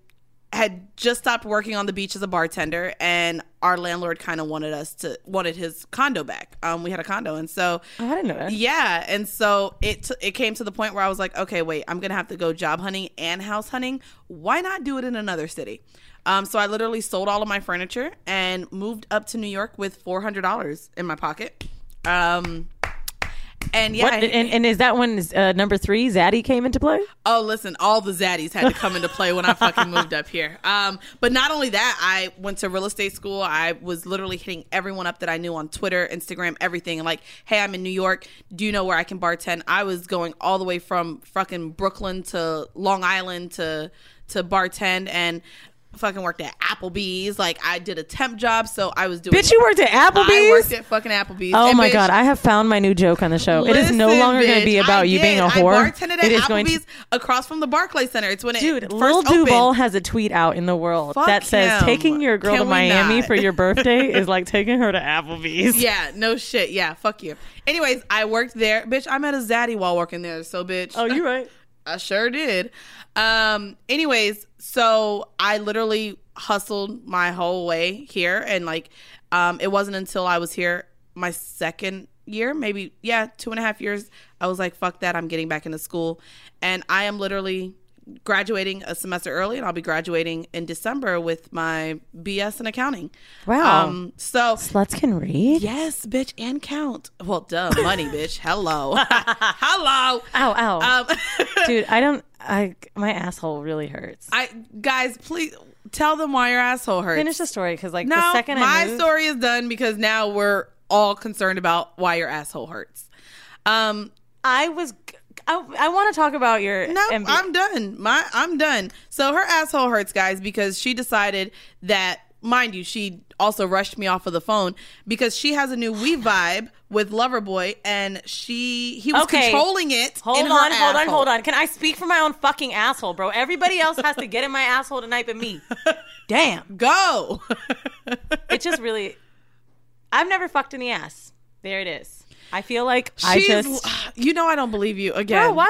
Speaker 4: had just stopped working on the beach as a bartender, and our landlord kind of wanted us to wanted his condo back. Um, we had a condo, and so
Speaker 5: Oh, I didn't know that.
Speaker 4: yeah, and so it t- it came to the point where I was like, okay, wait, I'm gonna have to go job hunting and house hunting. Why not do it in another city? Um, so I literally sold all of my furniture and moved up to New York with four hundred dollars in my pocket. Um, and yeah,
Speaker 5: What,
Speaker 4: I-
Speaker 5: and, and is that when uh, number three, Zaddy, came into play?
Speaker 4: Oh, listen, all the zaddies had to come into play when I fucking moved up here. Um, but not only that, I went to real estate school. I was literally hitting everyone up that I knew on Twitter, Instagram, everything. Like, hey, I'm in New York. Do you know where I can bartend? I was going all the way from fucking Brooklyn to Long Island to to bartend and fucking worked at Applebee's. Like, I did a temp job, so I was doing.
Speaker 5: Bitch, you worked at
Speaker 4: I worked
Speaker 5: Applebee's?
Speaker 4: at fucking Applebee's.
Speaker 5: Oh
Speaker 4: And
Speaker 5: my
Speaker 4: bitch,
Speaker 5: God, I have found my new joke on the show. it is no
Speaker 4: Listen,
Speaker 5: longer going
Speaker 4: bitch,
Speaker 5: to be
Speaker 4: I
Speaker 5: about you being a
Speaker 4: did.
Speaker 5: whore.
Speaker 4: I bartended at
Speaker 5: it is
Speaker 4: Applebee's
Speaker 5: going to
Speaker 4: across from the Barclay Center. It's when it
Speaker 5: Dude,
Speaker 4: first
Speaker 5: Lil
Speaker 4: opened.
Speaker 5: Duval has a tweet out in the world
Speaker 4: Fuck
Speaker 5: that says
Speaker 4: him.
Speaker 5: taking your girl
Speaker 4: Can
Speaker 5: to
Speaker 4: we
Speaker 5: Miami
Speaker 4: not?
Speaker 5: for your birthday is like taking her to Applebee's.
Speaker 4: Yeah, no shit. Yeah, fuck you. Anyways, I worked there, bitch. I met a zaddy while working there, so bitch.
Speaker 5: Oh, you're right.
Speaker 4: I sure did. Um, anyways, so I literally hustled my whole way here and like Um, it wasn't until I was here my second year, maybe, yeah, two and a half years, I was like, fuck that, I'm getting back into school. And I am literally graduating a semester early and I'll be graduating in December with my BS in accounting.
Speaker 5: Wow.
Speaker 4: Um, so
Speaker 5: sluts can read.
Speaker 4: Yes, bitch, and count. Well, duh, money, bitch. Hello. Hello.
Speaker 5: Ow,
Speaker 4: Um,
Speaker 5: ow. Dude, I don't. I my asshole really hurts.
Speaker 4: I guys, please tell them why your asshole hurts.
Speaker 5: Finish the story because like
Speaker 4: no,
Speaker 5: the second
Speaker 4: my
Speaker 5: I moved,
Speaker 4: story is done because now we're all concerned about why your asshole hurts. Um,
Speaker 5: I was. I, I want to talk about your.
Speaker 4: No, I'm done. My I'm done. So her asshole hurts, guys, because she decided that, mind you, she also rushed me off of the phone because she has a new We vibe with Loverboy, and she he was
Speaker 5: Okay.
Speaker 4: controlling it.
Speaker 5: Hold
Speaker 4: in her
Speaker 5: on, hold on,
Speaker 4: asshole.
Speaker 5: hold on. Can I speak for my own fucking asshole, bro? Everybody else has to get in my asshole tonight but me. Damn.
Speaker 4: Go.
Speaker 5: it just really. I've never fucked in the ass. There it is. I feel like I
Speaker 4: She's-
Speaker 5: just.
Speaker 4: you know, I don't believe you again.
Speaker 5: Bro, why would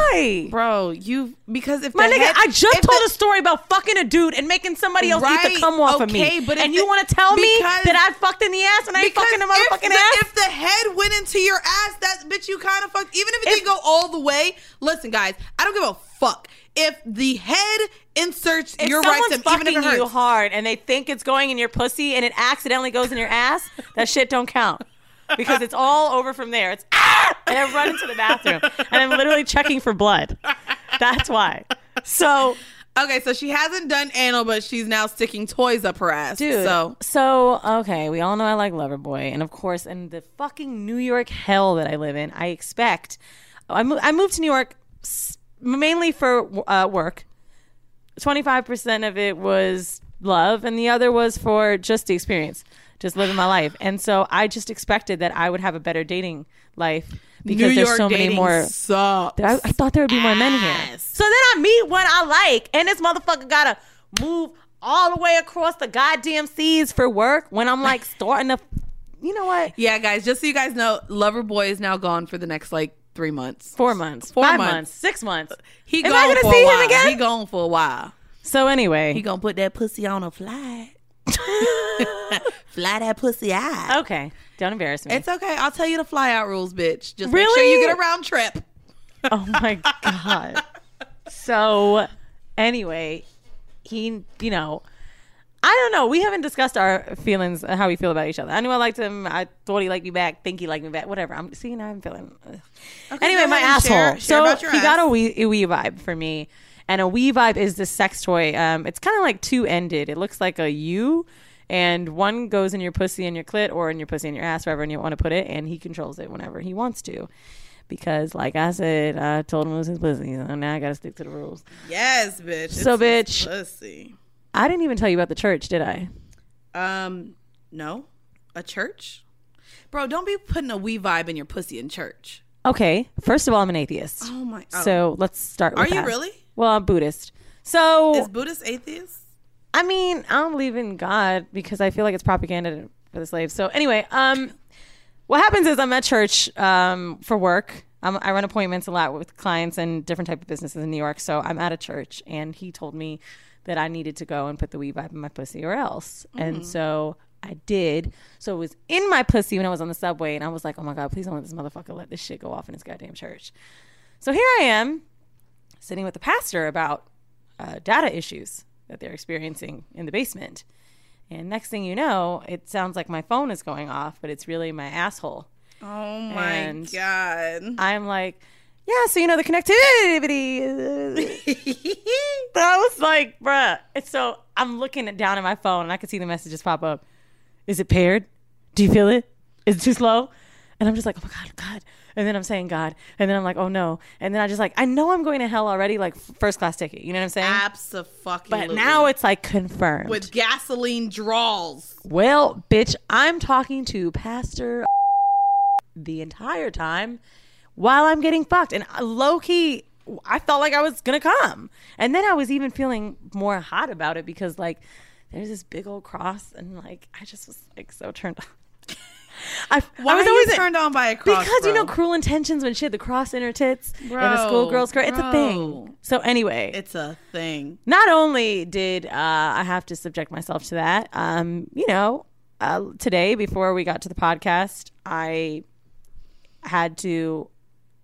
Speaker 5: I lie?
Speaker 4: Bro, you because if
Speaker 5: My
Speaker 4: the
Speaker 5: nigga,
Speaker 4: head-
Speaker 5: I just
Speaker 4: if
Speaker 5: told
Speaker 4: the-
Speaker 5: a story about fucking a dude and making somebody else eat
Speaker 4: Right,
Speaker 5: the cum off of me.
Speaker 4: okay, but if
Speaker 5: and you
Speaker 4: the-
Speaker 5: want to tell me
Speaker 4: because-
Speaker 5: that I fucked in the ass and I ain't
Speaker 4: Because
Speaker 5: fucking the motherfucking
Speaker 4: if the,
Speaker 5: ass?
Speaker 4: If the head went into your ass, that bitch, you kind of fucked. Even if it didn't go all the way, listen, guys, I don't give a fuck. If the head inserts
Speaker 5: if
Speaker 4: your
Speaker 5: someone's
Speaker 4: rectum, even
Speaker 5: fucking
Speaker 4: if it hurts,
Speaker 5: you hard and they think it's going in your pussy and it accidentally goes in your ass, that shit don't count because it's all over from there. It's ah! and I run into the bathroom and I'm literally checking for blood. That's why. So
Speaker 4: okay, so she hasn't done anal, but she's now sticking toys up her ass.
Speaker 5: Dude,
Speaker 4: so
Speaker 5: so okay, we all know I like Loverboy, and of course, in the fucking New York hell that I live in, I expect. I, mo- I moved to New York s- mainly for uh, work. Twenty five percent of it was love, and the other was for just the experience, just living my life. And so I just expected that I would have a better dating life because
Speaker 4: New
Speaker 5: there's
Speaker 4: York
Speaker 5: so many
Speaker 4: dating
Speaker 5: more.
Speaker 4: sucks.
Speaker 5: I, I thought there would be more men here. So then I meet one I like, and this motherfucker gotta move all the way across the goddamn seas for work when I'm like starting to. You know what?
Speaker 4: yeah, guys, just so you guys know, Lover Boy is now gone for the next like three months,
Speaker 5: four months,
Speaker 4: four
Speaker 5: five
Speaker 4: months.
Speaker 5: months, six months.
Speaker 4: He
Speaker 5: Am
Speaker 4: gone
Speaker 5: I gonna
Speaker 4: for a
Speaker 5: see him
Speaker 4: while.
Speaker 5: again?
Speaker 4: He gone for a while.
Speaker 5: So anyway,
Speaker 4: He gonna put that pussy on a fly. fly that pussy out.
Speaker 5: okay, don't embarrass me.
Speaker 4: It's okay. I'll tell you the fly out rules, bitch. Just make sure
Speaker 5: Really?
Speaker 4: you get a round trip.
Speaker 5: oh my god. So anyway, he, you know, I don't know. We haven't discussed our feelings, uh, how we feel about each other. I knew I liked him. I thought he liked me back. Think he liked me back. Whatever. I'm seeing. I'm feeling. ugh. anyway,
Speaker 4: go
Speaker 5: my
Speaker 4: ahead and
Speaker 5: asshole.
Speaker 4: share- share
Speaker 5: so
Speaker 4: about your
Speaker 5: he got
Speaker 4: ass.
Speaker 5: a wee, a wee vibe for me, and a wee vibe is the sex toy. Um, it's kind of like two ended. It looks like a U, and one goes in your pussy and your clit, or in your pussy and your ass, wherever you want to put it, and he controls it whenever he wants to. Because, like I said, I told him it was his pussy, so now I got to stick to the rules.
Speaker 4: Yes, bitch.
Speaker 5: So,
Speaker 4: It's
Speaker 5: bitch.
Speaker 4: his Pussy.
Speaker 5: I didn't even tell you about the church, did I?
Speaker 4: Um, no, a church, bro. Don't be putting a wee vibe in your pussy in church.
Speaker 5: Okay. First of all, I'm an atheist.
Speaker 4: Oh my- oh.
Speaker 5: So let's start. With
Speaker 4: Are you
Speaker 5: that.
Speaker 4: really?
Speaker 5: Well, I'm Buddhist. So
Speaker 4: Is Buddhist atheist?
Speaker 5: I mean, I don't believe in God because I feel like it's propaganda for the slaves. So anyway, um, what happens is I'm at church um, for work. I'm, I run appointments a lot with clients and different type of businesses in New York. So I'm at a church, and he told me that I needed to go and put the weed vibe in my pussy or else. And so I did. So it was in my pussy when I was on the subway, and I was like, "Oh my god, please don't let this motherfucker let this shit go off in his goddamn church." So here I am, sitting with the pastor about uh, data issues that they're experiencing in the basement. And next thing you know, it sounds like my phone is going off, but it's really my asshole.
Speaker 4: Oh my
Speaker 5: And-
Speaker 4: god.
Speaker 5: I'm like, yeah, so you know the connectivity. I was like, bruh. And so I'm looking at- down at my phone and I can see the messages pop up. Is it paired? Do you feel it? Is it too slow? And I'm just like, oh my God, God. And then I'm saying God. And then I'm like, oh no. And then I just like, I know I'm going to hell already, like f- first class ticket. You know what I'm saying?
Speaker 4: Absolutely.
Speaker 5: But now it's like confirmed.
Speaker 4: with gasoline draws.
Speaker 5: Well, bitch, I'm talking to Pastor the entire time while I'm getting fucked. And low key, I felt like I was going to come. And then I was even feeling more hot about it because, like, there's this big old cross. And, like, I just was, like, so turned on. I,
Speaker 4: Why
Speaker 5: I was
Speaker 4: are you
Speaker 5: always
Speaker 4: turned on by a cross,
Speaker 5: Because, you know,
Speaker 4: bro?
Speaker 5: cruel intentions when she had the cross in her tits and
Speaker 4: Bro,
Speaker 5: the schoolgirl skirt. It's a
Speaker 4: bro.
Speaker 5: thing. So, anyway.
Speaker 4: It's a thing.
Speaker 5: Not only did uh, I have to subject myself to that, um, you know, uh, today before we got to the podcast, I had to.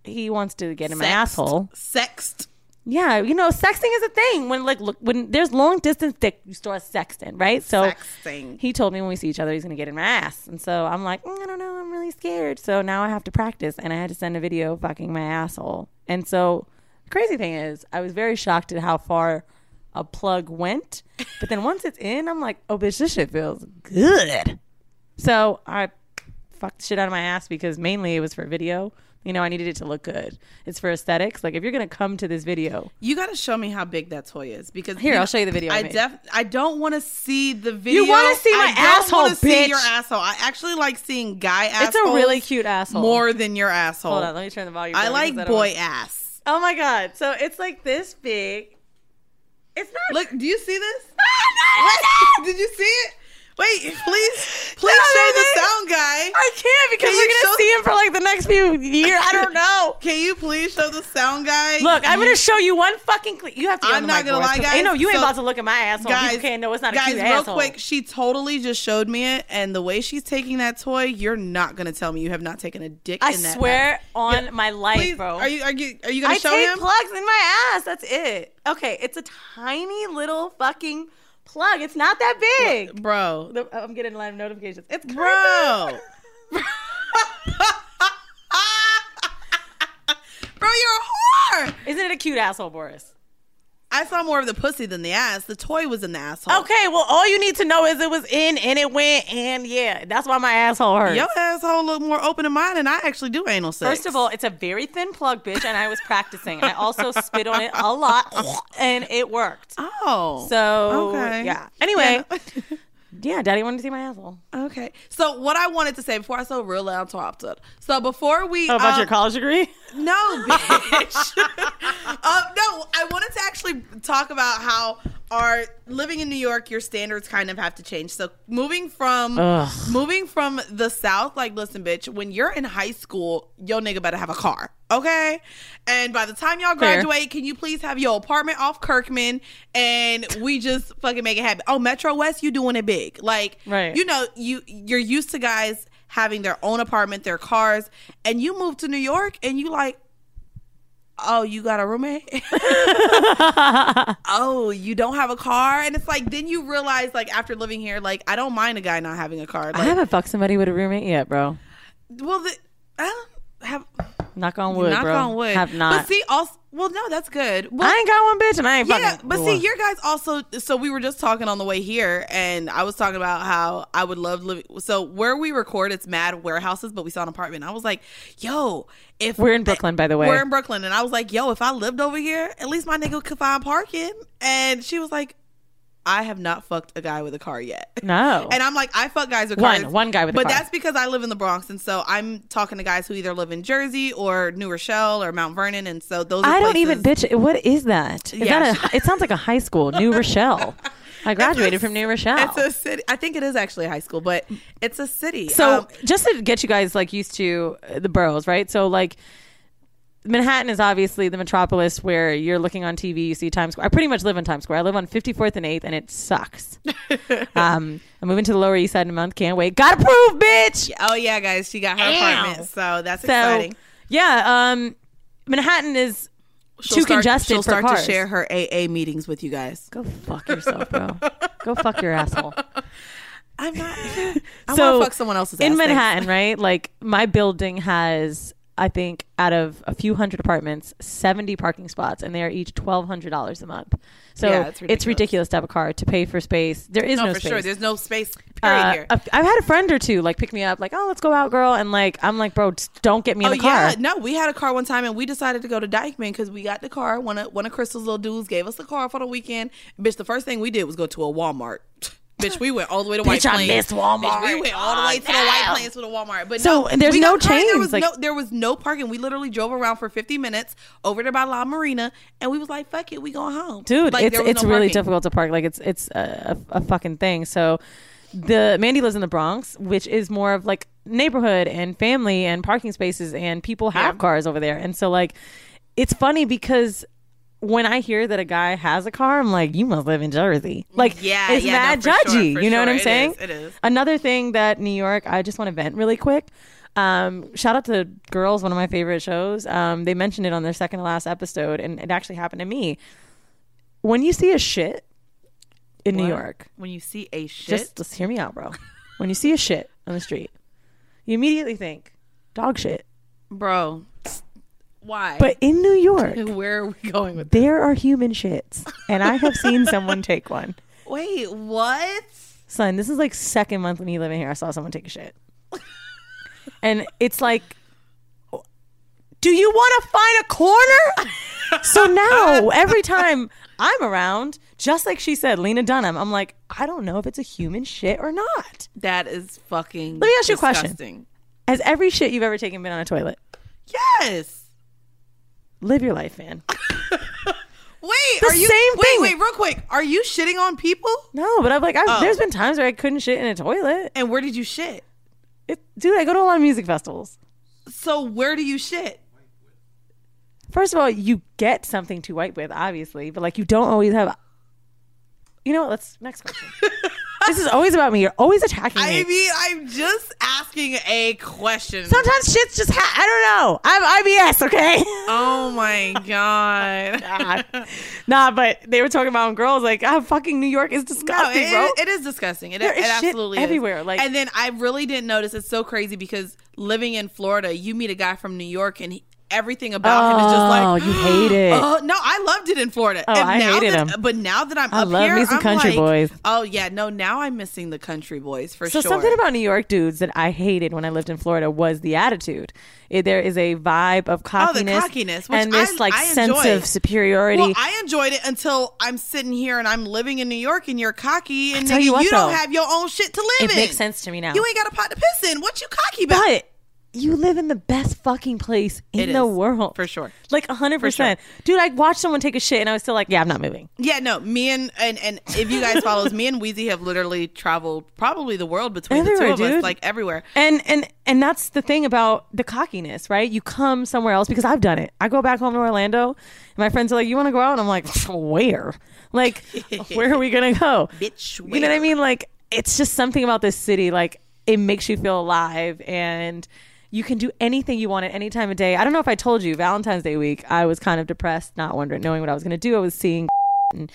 Speaker 5: He wants to get him an asshole.
Speaker 4: Sext.
Speaker 5: Yeah, you know, sexting is a thing. When like look, when there's long distance dick, you start sexting, right? So
Speaker 4: Sexting.
Speaker 5: he told me when we see each other, he's gonna get in my ass, and so I'm like, "Mm, I don't know, I'm really scared. So now I have to practice, and I had to send a video fucking my asshole. And so the crazy thing is, I was very shocked at how far a plug went, but then once it's in, I'm like, oh bitch, this shit feels good. So I fucked the shit out of my ass because mainly it was for video. You know, I needed it to look good. It's for aesthetics. Like if you're gonna come to this video,
Speaker 4: You got to show me how big that toy is because
Speaker 5: Here, I'll show you the video I
Speaker 4: I
Speaker 5: made.
Speaker 4: def I don't want to see the video.
Speaker 5: wanna see my
Speaker 4: I don't
Speaker 5: asshole,
Speaker 4: wanna See
Speaker 5: bitch.
Speaker 4: your asshole. I actually like seeing guy assholes.
Speaker 5: It's a really cute asshole.
Speaker 4: More than your asshole.
Speaker 5: Hold on, let me turn the volume.
Speaker 4: I
Speaker 5: down
Speaker 4: like
Speaker 5: because
Speaker 4: boy
Speaker 5: don't-
Speaker 4: ass.
Speaker 5: Oh my god! So it's like this big. It's not.
Speaker 4: Look, do you see this? Wait, Did you see it? Wait, please, please show the sound guy.
Speaker 5: I can't because
Speaker 4: Can
Speaker 5: we're
Speaker 4: you
Speaker 5: gonna
Speaker 4: show-
Speaker 5: see him for like the next few years. I don't know.
Speaker 4: Can you please show the sound guy?
Speaker 5: Look, I'm gonna show you one fucking. Cle- you have to. get
Speaker 4: I'm
Speaker 5: on the
Speaker 4: not
Speaker 5: mic
Speaker 4: gonna
Speaker 5: for us,
Speaker 4: lie,
Speaker 5: 'cause
Speaker 4: guys.
Speaker 5: Ain't no, you ain't
Speaker 4: So-
Speaker 5: about to look at my asshole. Guys, you can't know it's not a
Speaker 4: guys,
Speaker 5: cute
Speaker 4: real
Speaker 5: asshole.
Speaker 4: quick, she totally just showed me it, and the way she's taking that toy, you're not gonna tell me you have not taken a dick.
Speaker 5: I
Speaker 4: in that
Speaker 5: swear
Speaker 4: ass.
Speaker 5: on
Speaker 4: Yeah.
Speaker 5: my life,
Speaker 4: Please,
Speaker 5: bro.
Speaker 4: Are you are you are you gonna
Speaker 5: I
Speaker 4: show
Speaker 5: take
Speaker 4: him?
Speaker 5: plugs in my ass. That's it. Okay, it's a tiny little fucking plug. It's not that big,
Speaker 4: bro.
Speaker 5: The- I'm getting live notifications. It's kinda-
Speaker 4: Bro. Bro, you're a whore.
Speaker 5: Isn't it a cute asshole, Boris?
Speaker 4: I saw more of the pussy than the ass. The toy was in the asshole.
Speaker 5: Okay, well, all you need to know is it was in and it went, and yeah, that's why my asshole hurts.
Speaker 4: Your asshole look more open than mine, and I actually do anal sex.
Speaker 5: First of all, it's a very thin plug, bitch, and I was practicing. I also spit on it a lot, and it worked.
Speaker 4: oh,
Speaker 5: So,
Speaker 4: okay,
Speaker 5: yeah. Anyway, yeah, daddy wanted to see my asshole.
Speaker 4: okay. So what I wanted to say before I so real loud talked up. So before we
Speaker 5: Oh, about
Speaker 4: um,
Speaker 5: your college degree?
Speaker 4: No, bitch. um, no, I wanted to actually talk about how our living in New York, your standards kind of have to change. So moving from
Speaker 5: Ugh.
Speaker 4: moving from the South, like listen, bitch, when you're in high school, yo nigga better have a car, okay? And by the time y'all
Speaker 5: Fair.
Speaker 4: graduate, can you please have your apartment off Kirkman and we just fucking make it happen? Oh, Metro West, you doing it big, like
Speaker 5: Right.
Speaker 4: you know, you you're used to guys having their own apartment, their cars, and you move to New York and you like, oh, you got a roommate? oh, you don't have a car? And it's like then you realize like after living here, like I don't mind a guy not having a car.
Speaker 5: I
Speaker 4: Like,
Speaker 5: haven't fucked somebody with a roommate yet, bro.
Speaker 4: well, the, I don't have
Speaker 5: Knock on wood,
Speaker 4: knock
Speaker 5: bro.
Speaker 4: on wood.
Speaker 5: Have not.
Speaker 4: But see, also, well, no, that's good. Well,
Speaker 5: I ain't got one, bitch, and I ain't
Speaker 4: yeah,
Speaker 5: fucking.
Speaker 4: but see, your guys also. So we were just talking on the way here, and I was talking about how I would love living. So where we record, it's mad warehouses, but we saw an apartment. I was like, "Yo, if
Speaker 5: We're in Brooklyn, by the way.
Speaker 4: we're in Brooklyn," and I was like, "Yo, if I lived over here, at least my nigga could find parking." And she was like, "I have not fucked a guy with a car yet."
Speaker 5: No.
Speaker 4: And I'm like, I fuck guys with
Speaker 5: One-
Speaker 4: cars.
Speaker 5: one guy with a
Speaker 4: But
Speaker 5: car.
Speaker 4: that's because I live in the Bronx, and so I'm talking to guys who either live in Jersey or New Rochelle or Mount Vernon, and so those. Are
Speaker 5: I don't even,
Speaker 4: places-
Speaker 5: bitch, what is that? Is
Speaker 4: Yeah,
Speaker 5: that a, it sounds like a high school, New Rochelle. I graduated from New Rochelle.
Speaker 4: It's a city. I think it is actually a high school, but it's a city.
Speaker 5: So
Speaker 4: Um,
Speaker 5: just to get you guys like used to uh, the boroughs, right? So like Manhattan is obviously the metropolis where you're looking on TV, you see Times Square. I pretty much live in Times Square. I live on 54th and 8th, and it sucks. um, I'm moving to the Lower East Side in a month. Can't wait. Got approved, bitch.
Speaker 4: oh yeah, guys, she got her apartment, so that's
Speaker 5: So
Speaker 4: exciting.
Speaker 5: yeah, um, Manhattan is
Speaker 4: She'll
Speaker 5: too
Speaker 4: start-
Speaker 5: congested
Speaker 4: She'll
Speaker 5: for
Speaker 4: start
Speaker 5: cars.
Speaker 4: to share her AA meetings with you guys.
Speaker 5: Go fuck yourself, bro. Go fuck your asshole.
Speaker 4: I'm not. I
Speaker 5: so
Speaker 4: want to fuck someone else's
Speaker 5: in
Speaker 4: ass, thanks.
Speaker 5: Manhattan, right? Like my building has, I think, out of a few hundred apartments, seventy parking spots, and they are each twelve hundred dollars a month. So
Speaker 4: Yeah, it's
Speaker 5: it's, ridiculous.
Speaker 4: ridiculous.
Speaker 5: to have a car to pay for space. There is no,
Speaker 4: No, for
Speaker 5: space.
Speaker 4: sure. There's no space. Period
Speaker 5: Uh,
Speaker 4: here.
Speaker 5: a- I've had a friend or two like pick me up, like, "Oh, let's go out, girl," and like I'm like, "Bro, just don't get me in
Speaker 4: oh
Speaker 5: the car."
Speaker 4: yeah, no, we had a car one time, and we decided to go to Dykeman because we got the car. One of one of Crystal's little dudes gave us the car for the weekend. Bitch, the first thing we did was go to a Walmart. Bitch, we went all the way to White
Speaker 5: Bitch, I
Speaker 4: Plains.
Speaker 5: miss Walmart.
Speaker 4: Bitch, we went all the way to the
Speaker 5: Oh, no.
Speaker 4: White Plains to the Walmart. But
Speaker 5: So,
Speaker 4: no,
Speaker 5: there's
Speaker 4: we
Speaker 5: no
Speaker 4: got cars. There
Speaker 5: chains,
Speaker 4: was
Speaker 5: like-
Speaker 4: no there was no parking. We literally drove around for 50 minutes over to by La Marina, and we was like, "Fuck it, we going home."
Speaker 5: dude
Speaker 4: like,
Speaker 5: it's
Speaker 4: there was
Speaker 5: it's
Speaker 4: no
Speaker 5: really
Speaker 4: parking.
Speaker 5: difficult to park like it's it's a, a, a fucking thing so the mandy lives in the bronx which is more of like neighborhood and family and parking spaces and people have cars over there and so like it's funny because when I hear that a guy has a car, I'm like, you must live in Jersey. Like,
Speaker 4: Yeah,
Speaker 5: it's
Speaker 4: yeah, no,
Speaker 5: mad
Speaker 4: for sure,
Speaker 5: judgy.
Speaker 4: for
Speaker 5: you know what I'm
Speaker 4: sure. It is,
Speaker 5: saying?
Speaker 4: it is.
Speaker 5: Another thing that New York, I just want to vent really quick. Um, shout out to Girls, one of my favorite shows. Um, they mentioned it on their second to last episode, and it actually happened to me. When you see a shit in New
Speaker 4: What?
Speaker 5: York,
Speaker 4: When you see a shit,
Speaker 5: just just hear me out, bro. when you see a shit on the street, you immediately think dog shit.
Speaker 4: bro, why?
Speaker 5: But in New York,
Speaker 4: where are we going with?
Speaker 5: there are human shits, and I have seen someone take one.
Speaker 4: Wait, what?
Speaker 5: Son, this is like second month of me living here. I saw someone take a shit, and it's like, do you want to find a corner? so now every time I'm around, just like she said, Lena Dunham, I'm like, I don't know if it's a human shit or not.
Speaker 4: That is fucking.
Speaker 5: Let me ask you a question.
Speaker 4: disgusting.
Speaker 5: Has every shit you've ever taken been on a toilet?
Speaker 4: Yes.
Speaker 5: Live your life, man.
Speaker 4: Wait,
Speaker 5: The
Speaker 4: are you?
Speaker 5: same
Speaker 4: wait,
Speaker 5: thing.
Speaker 4: wait, real quick. Are you shitting on people?
Speaker 5: No, but I'm like, I've,
Speaker 4: Oh.
Speaker 5: there's been times where I couldn't shit in a toilet.
Speaker 4: And where did you shit?
Speaker 5: It, dude, I go to a lot of music festivals.
Speaker 4: So where do you shit?
Speaker 5: First of all, you get something to wipe with, obviously, but like you don't always have. You know what? Let's next question. this is always about me. You're always attacking me.
Speaker 4: I mean, I'm just asking a question.
Speaker 5: Sometimes shit's just. Ha- I don't know. I'm IBS. Okay.
Speaker 4: Oh my god. Oh,
Speaker 5: nah, but they were talking about girls. Like, ah, fucking New York is
Speaker 4: No,
Speaker 5: disgusting, bro.
Speaker 4: Oh, it, it is disgusting. It,
Speaker 5: There
Speaker 4: it
Speaker 5: is shit
Speaker 4: absolutely is.
Speaker 5: everywhere, like-
Speaker 4: and then I really didn't notice. It's so crazy because living in Florida, you meet a guy from New York, and he, everything about him is just like,
Speaker 5: Oh, you hate it.
Speaker 4: Oh no, I loved it in Florida.
Speaker 5: Oh,
Speaker 4: and
Speaker 5: I
Speaker 4: now
Speaker 5: hated
Speaker 4: that,
Speaker 5: him.
Speaker 4: But now that I'm
Speaker 5: I
Speaker 4: up
Speaker 5: love
Speaker 4: here,
Speaker 5: me some
Speaker 4: I'm
Speaker 5: country
Speaker 4: like,
Speaker 5: boys.
Speaker 4: Oh yeah, no, now I'm missing the country boys for
Speaker 5: so
Speaker 4: sure.
Speaker 5: something about New York dudes that I hated when I lived in Florida was the attitude. It- there is a vibe of cockiness,
Speaker 4: Oh, cockiness, which
Speaker 5: and this
Speaker 4: I-
Speaker 5: like
Speaker 4: I
Speaker 5: sense
Speaker 4: enjoy.
Speaker 5: of superiority.
Speaker 4: Well, I enjoyed it until I'm sitting here and I'm living in New York, and you're cocky, and
Speaker 5: tell
Speaker 4: nigga,
Speaker 5: you
Speaker 4: you,
Speaker 5: what,
Speaker 4: don't
Speaker 5: though.
Speaker 4: have your own shit to live
Speaker 5: it
Speaker 4: in.
Speaker 5: makes sense to me now.
Speaker 4: You ain't got a pot to piss in. What you cocky about?
Speaker 5: but you live in the best fucking place in
Speaker 4: It
Speaker 5: the
Speaker 4: is,
Speaker 5: world
Speaker 4: for sure.
Speaker 5: Like hundred percent, dude. I watched someone take a shit, and I was still like, "Yeah, I'm not moving."
Speaker 4: Yeah, no, me and and and if you guys follow us, me and Wheezy have literally traveled probably the world between
Speaker 5: Everywhere,
Speaker 4: the two of
Speaker 5: dude.
Speaker 4: us, like everywhere.
Speaker 5: And and and that's the thing about the cockiness, right? You come somewhere else because I've done it. I go back home to Orlando, and my friends are like, "You want to go out?" And I'm like, "Where? Like, where are we gonna go?"
Speaker 4: Bitch,
Speaker 5: You know what I mean? Like, it's just something about this city. Like, it makes you feel alive, and you can do anything you want at any time of day. I don't know if I told you, Valentine's Day week, I was kind of depressed, not wondering, knowing what I was gonna do. I was seeing, and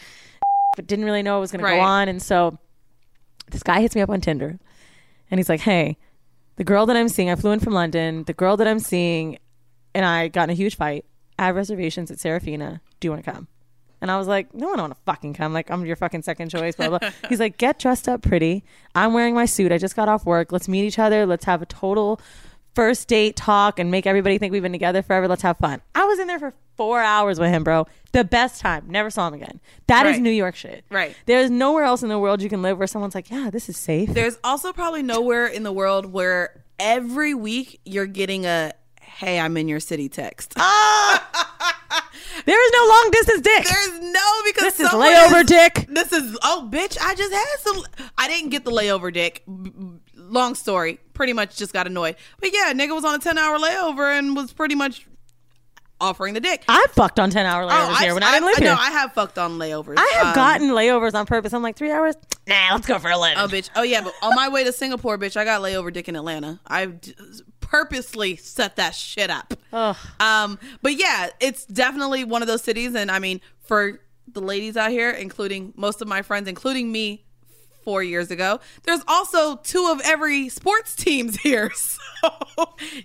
Speaker 5: but didn't really know it was gonna
Speaker 4: Right.
Speaker 5: go on, and so this guy hits me up on Tinder and he's like, "Hey, the girl that I'm seeing, I flew in from London. The girl that I'm seeing, and I got in a huge fight. I have reservations at Serafina. Do you want to come?" And I was like, "No, I don't want to fucking come. Like, I'm your fucking second choice." Blah blah. blah." he's like, "Get dressed up pretty. I'm wearing my suit. I just got off work. Let's meet each other. Let's have a total." First date talk and make everybody think we've been together forever. Let's have fun. I was in there for four hours with him, bro. The best time. Never saw him again. That is
Speaker 4: Right.
Speaker 5: New York shit.
Speaker 4: Right.
Speaker 5: There's nowhere else in the world you can live where someone's like, yeah, this is safe.
Speaker 4: There's also probably nowhere in the world where every week you're getting a "Hey, I'm in your city" text.
Speaker 5: Ah! There is no long distance dick.
Speaker 4: There's no because
Speaker 5: This is
Speaker 4: someone
Speaker 5: layover dick.
Speaker 4: This is oh bitch, I just had some. I didn't get the layover dick. B- b- Long story. Pretty much just got annoyed. But yeah, nigga was on a ten hour layover and was pretty much offering the dick.
Speaker 5: I fucked on 10 hour layovers here when I, didn't live
Speaker 4: no,
Speaker 5: here.
Speaker 4: Oh, I have fucked on layovers.
Speaker 5: I have
Speaker 4: Um,
Speaker 5: gotten layovers on purpose. I'm like, three hours? Nah, let's go for 11.
Speaker 4: Oh bitch. Oh yeah, but on my way to Singapore, bitch, I got layover dick in Atlanta. I d- purposely set that shit up.
Speaker 5: Ugh.
Speaker 4: Um, but yeah, it's definitely one of those cities, and I mean, for the ladies out here, including most of my friends, including me, four years ago. There's also two of every sports teams here, so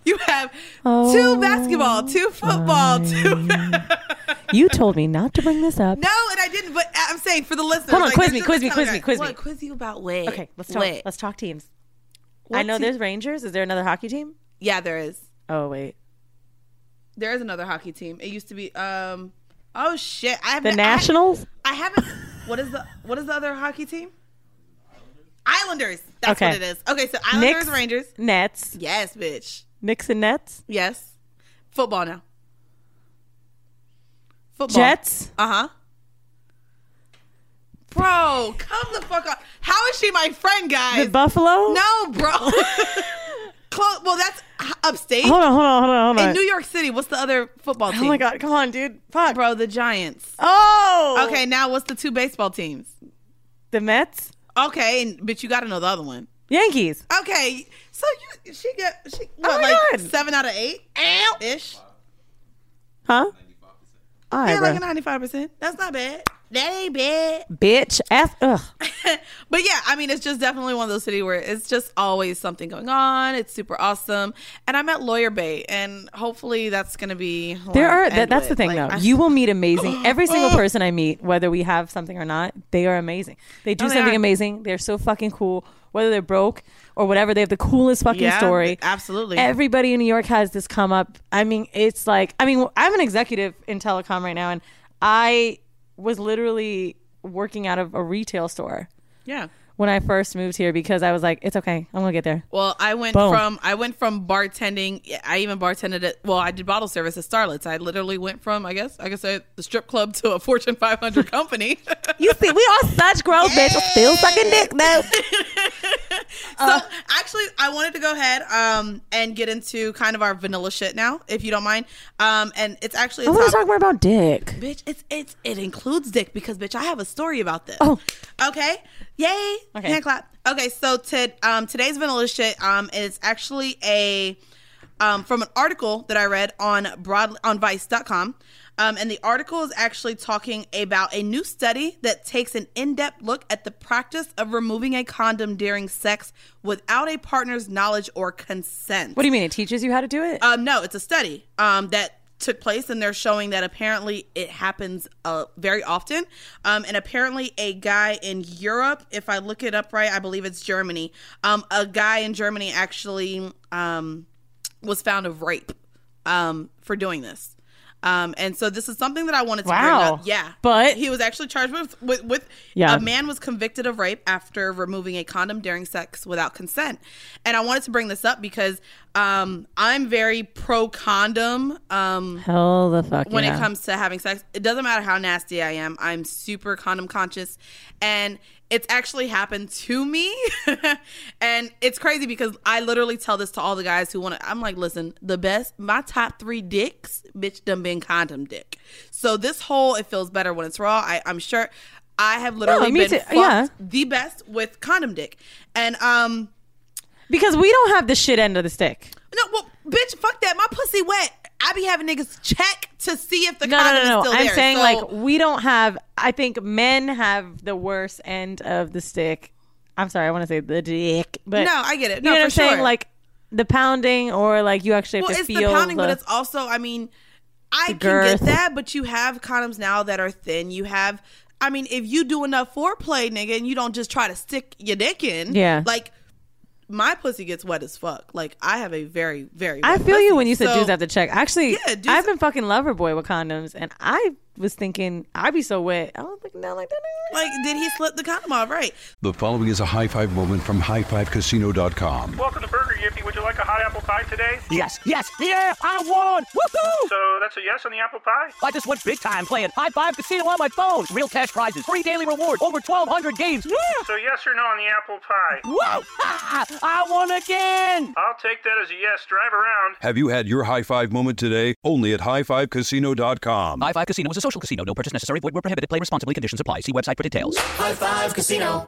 Speaker 4: you have
Speaker 5: Oh,
Speaker 4: two basketball, two football, two.
Speaker 5: you told me not to bring this up.
Speaker 4: No, and I didn't. But I'm saying for the listeners,
Speaker 5: Hold on,
Speaker 4: like,
Speaker 5: quiz
Speaker 4: this
Speaker 5: me,
Speaker 4: is
Speaker 5: quiz
Speaker 4: the
Speaker 5: me,
Speaker 4: kind of
Speaker 5: quiz me,
Speaker 4: guy-
Speaker 5: quiz me.
Speaker 4: What, quiz you about what?
Speaker 5: Okay, let's talk.
Speaker 4: What?
Speaker 5: Let's talk teams. I
Speaker 4: What
Speaker 5: know
Speaker 4: te-
Speaker 5: there's Rangers. Is there another hockey team?
Speaker 4: Yeah, there is.
Speaker 5: Oh wait,
Speaker 4: There is another hockey team. It used to be. um Oh shit! I have
Speaker 5: the Nationals.
Speaker 4: I haven't. What is the what is the other hockey team? Islanders. That's
Speaker 5: Okay.
Speaker 4: what it is. Okay, so Islanders,
Speaker 5: Knicks.
Speaker 4: Rangers.
Speaker 5: Nets.
Speaker 4: Yes, bitch.
Speaker 5: Knicks and Nets.
Speaker 4: Yes. Football now. Football.
Speaker 5: Jets.
Speaker 4: Uh huh. Bro, come the fuck up. How is she my friend, guys?
Speaker 5: The Buffalo.
Speaker 4: no, bro. Close. Well, that's h- upstate.
Speaker 5: Hold on, hold on, hold on, hold on. Oh
Speaker 4: In New York City, what's the other football team?
Speaker 5: my God, come on, dude. Fuck.
Speaker 4: Bro, the Giants.
Speaker 5: Oh.
Speaker 4: Okay, now what's the two baseball teams?
Speaker 5: The Mets.
Speaker 4: Okay, and, but you got to know the other one.
Speaker 5: Yankees.
Speaker 4: Okay, so you, she get she
Speaker 5: Oh
Speaker 4: what,
Speaker 5: my
Speaker 4: like
Speaker 5: God.
Speaker 4: seven out of eight ish.
Speaker 5: Huh? All right,
Speaker 4: yeah,
Speaker 5: bro.
Speaker 4: like a ninety-five percent. That's not bad. That ain't bad.
Speaker 5: Bitch. F. Ugh.
Speaker 4: But yeah, I mean, it's just definitely one of those cities where it's just always something going on. It's super awesome, and I'm at Lawyer Bay, and hopefully that's gonna be. who
Speaker 5: There
Speaker 4: I
Speaker 5: are.
Speaker 4: end
Speaker 5: That, that's the
Speaker 4: with.
Speaker 5: thing,
Speaker 4: Like,
Speaker 5: though.
Speaker 4: I-
Speaker 5: you will meet amazing. Every single person I meet, whether we have something or not, they are amazing. They do
Speaker 4: Oh, they
Speaker 5: something
Speaker 4: are.
Speaker 5: amazing. They're so fucking cool. Whether they're broke or whatever, they have the coolest fucking
Speaker 4: Yeah,
Speaker 5: story.
Speaker 4: Absolutely.
Speaker 5: Everybody in New York has this come up. I mean, it's like I mean, I'm an executive in telecom right now, and I was literally working out of a retail store
Speaker 4: yeah.
Speaker 5: when I first moved here because I was like, it's okay, I'm gonna get there.
Speaker 4: Well, I went
Speaker 5: Boom.
Speaker 4: from I went from bartending. I even bartended at well, I did bottle service at Starlets. I literally went from I guess I could say the strip club to a Fortune 500 company.
Speaker 5: You see, we are such grown bitch. Still sucking dick though.
Speaker 4: so actually, I wanted to go ahead um, and get into kind of our vanilla shit now, if you don't mind. Um, and it's actually a
Speaker 5: I want to
Speaker 4: top-
Speaker 5: talk more about dick.
Speaker 4: bitch. It's it's it includes dick because bitch, I have a story about this.
Speaker 5: Oh.
Speaker 4: okay, yay,
Speaker 5: Okay.
Speaker 4: hand clap. Okay, so to, um, today's vanilla shit um, is actually a um, from an article that I read on broad on Vice.com. Um, and the article is actually talking about a new study that takes an in-depth look at the practice of removing a condom during sex without a partner's knowledge or consent.
Speaker 5: What do you mean? It teaches you how to do it?
Speaker 4: Um, no, it's a study um, that took place, and they're showing that apparently it happens uh, very often. Um, and apparently, a guy in Europe, if I look it up right, I believe it's Germany. Um, a guy in Germany actually um, was found of rape um, for doing this. Um, and so this is something that I wanted to
Speaker 5: Wow.
Speaker 4: bring up. Yeah,
Speaker 5: But-
Speaker 4: he was actually charged with with, with
Speaker 5: Yeah.
Speaker 4: a man was convicted of rape after removing a condom during sex without consent. And I wanted to bring this up because um, I'm very pro condom. Um,
Speaker 5: Hell the fuck.
Speaker 4: when
Speaker 5: yeah.
Speaker 4: it comes to having sex. It doesn't matter how nasty I am. I'm super condom conscious, and it's actually happened to me. and it's crazy because I literally tell this to all the guys who want to. I'm like, listen, the best, my top three dicks, bitch, done been condom dick. So this whole it feels better when it's raw. I, I'm sure. I have literally
Speaker 5: Oh, me
Speaker 4: been
Speaker 5: too.
Speaker 4: fucked
Speaker 5: Yeah.
Speaker 4: the best with condom dick, and um.
Speaker 5: because we don't have the shit end of the stick.
Speaker 4: No, well, bitch, fuck that. My pussy wet. I be having niggas check to see if the
Speaker 5: No, no,
Speaker 4: condom
Speaker 5: no,
Speaker 4: is
Speaker 5: no.
Speaker 4: still
Speaker 5: I'm
Speaker 4: there.
Speaker 5: saying
Speaker 4: So-
Speaker 5: like we don't have. I think men have the worst end of the stick. I'm sorry. I want to say the dick, but
Speaker 4: No, I get it.
Speaker 5: You
Speaker 4: No,
Speaker 5: know what
Speaker 4: for
Speaker 5: I'm saying?
Speaker 4: sure.
Speaker 5: Like the pounding, or like you actually have
Speaker 4: well,
Speaker 5: to
Speaker 4: it's the
Speaker 5: feel
Speaker 4: pounding, but
Speaker 5: the-
Speaker 4: it's also, I mean,
Speaker 5: the
Speaker 4: I can
Speaker 5: girth.
Speaker 4: get that, but you have condoms now that are thin. You have, I mean, if you do enough foreplay, nigga, and you don't just try to stick your dick in,
Speaker 5: Yeah.
Speaker 4: like my pussy gets wet as fuck. Like I have a very, very.
Speaker 5: I
Speaker 4: wet
Speaker 5: feel you
Speaker 4: pussy.
Speaker 5: when you said
Speaker 4: So-
Speaker 5: dudes have to check. Actually,
Speaker 4: Yeah, dudes-
Speaker 5: I've been fucking lover boy with condoms, and I was thinking I'd be so wet. I don't think now like that.
Speaker 4: Like, did he slip the condom off? Right.
Speaker 6: The following is a high five moment from highfivecasino.com.
Speaker 7: Welcome to Burger Yippee. Would you like a hot apple pie today?
Speaker 8: Yes, yes, yeah, I won! Woohoo!
Speaker 7: So that's a yes on the apple pie?
Speaker 8: I just went big time playing High Five Casino on my phone. Real cash prizes, free daily rewards, over 1,200 games. Yeah!
Speaker 7: So yes or no on the apple pie?
Speaker 8: Whoa! Ha! I won again!
Speaker 7: I'll take that as a yes. Drive around.
Speaker 6: Have you had your high five moment today? Only at highfivecasino.com.
Speaker 9: High Five Casino is a social casino. No purchase necessary. Void where prohibited. Play responsibly. Conditions apply. See website for details.
Speaker 1: High Five Casino.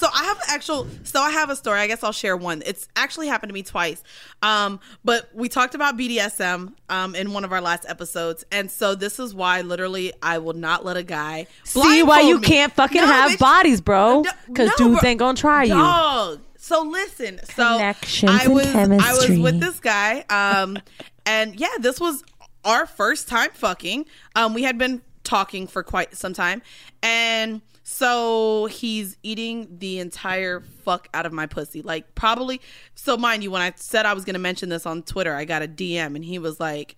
Speaker 4: So I have actual. So I have a story. I guess I'll share one. It's actually happened to me twice. Um, but we talked about BDSM um, in one of our last episodes, and so this is why literally I will not let a guy
Speaker 5: See why
Speaker 4: blindfold
Speaker 5: you
Speaker 4: me.
Speaker 5: can't fucking
Speaker 4: No,
Speaker 5: have
Speaker 4: bitch.
Speaker 5: bodies, bro. Because
Speaker 4: no,
Speaker 5: dudes
Speaker 4: bro.
Speaker 5: ain't gonna try you.
Speaker 4: Dog. So listen, so
Speaker 5: Connections
Speaker 4: I
Speaker 5: and
Speaker 4: was I was
Speaker 5: chemistry.
Speaker 4: with this guy, um, and yeah, this was our first time fucking. Um, we had been talking for quite some time, and so he's eating the entire fuck out of my pussy, like probably. So mind you, when I said I was gonna mention this on Twitter, I got a DM, and he was like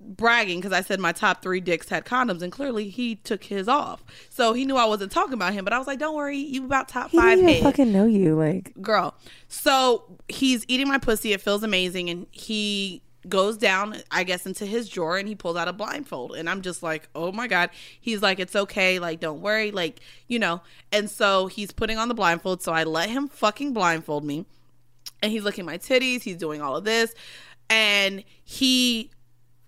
Speaker 4: bragging because I said my top three dicks had condoms, and clearly he took his off. So he knew I wasn't talking about him, but I was like, "Don't worry, you about top
Speaker 5: He
Speaker 4: five
Speaker 5: didn't even
Speaker 4: head."
Speaker 5: fucking know you. Like
Speaker 4: girl. So he's eating my pussy. It feels amazing, and he goes down, I guess, into his drawer, and he pulls out a blindfold, and I'm just like, oh my god. He's like, it's okay, like don't worry, like you know. And so he's putting on the blindfold, so I let him fucking blindfold me, and he's looking at my titties. He's doing all of this, and he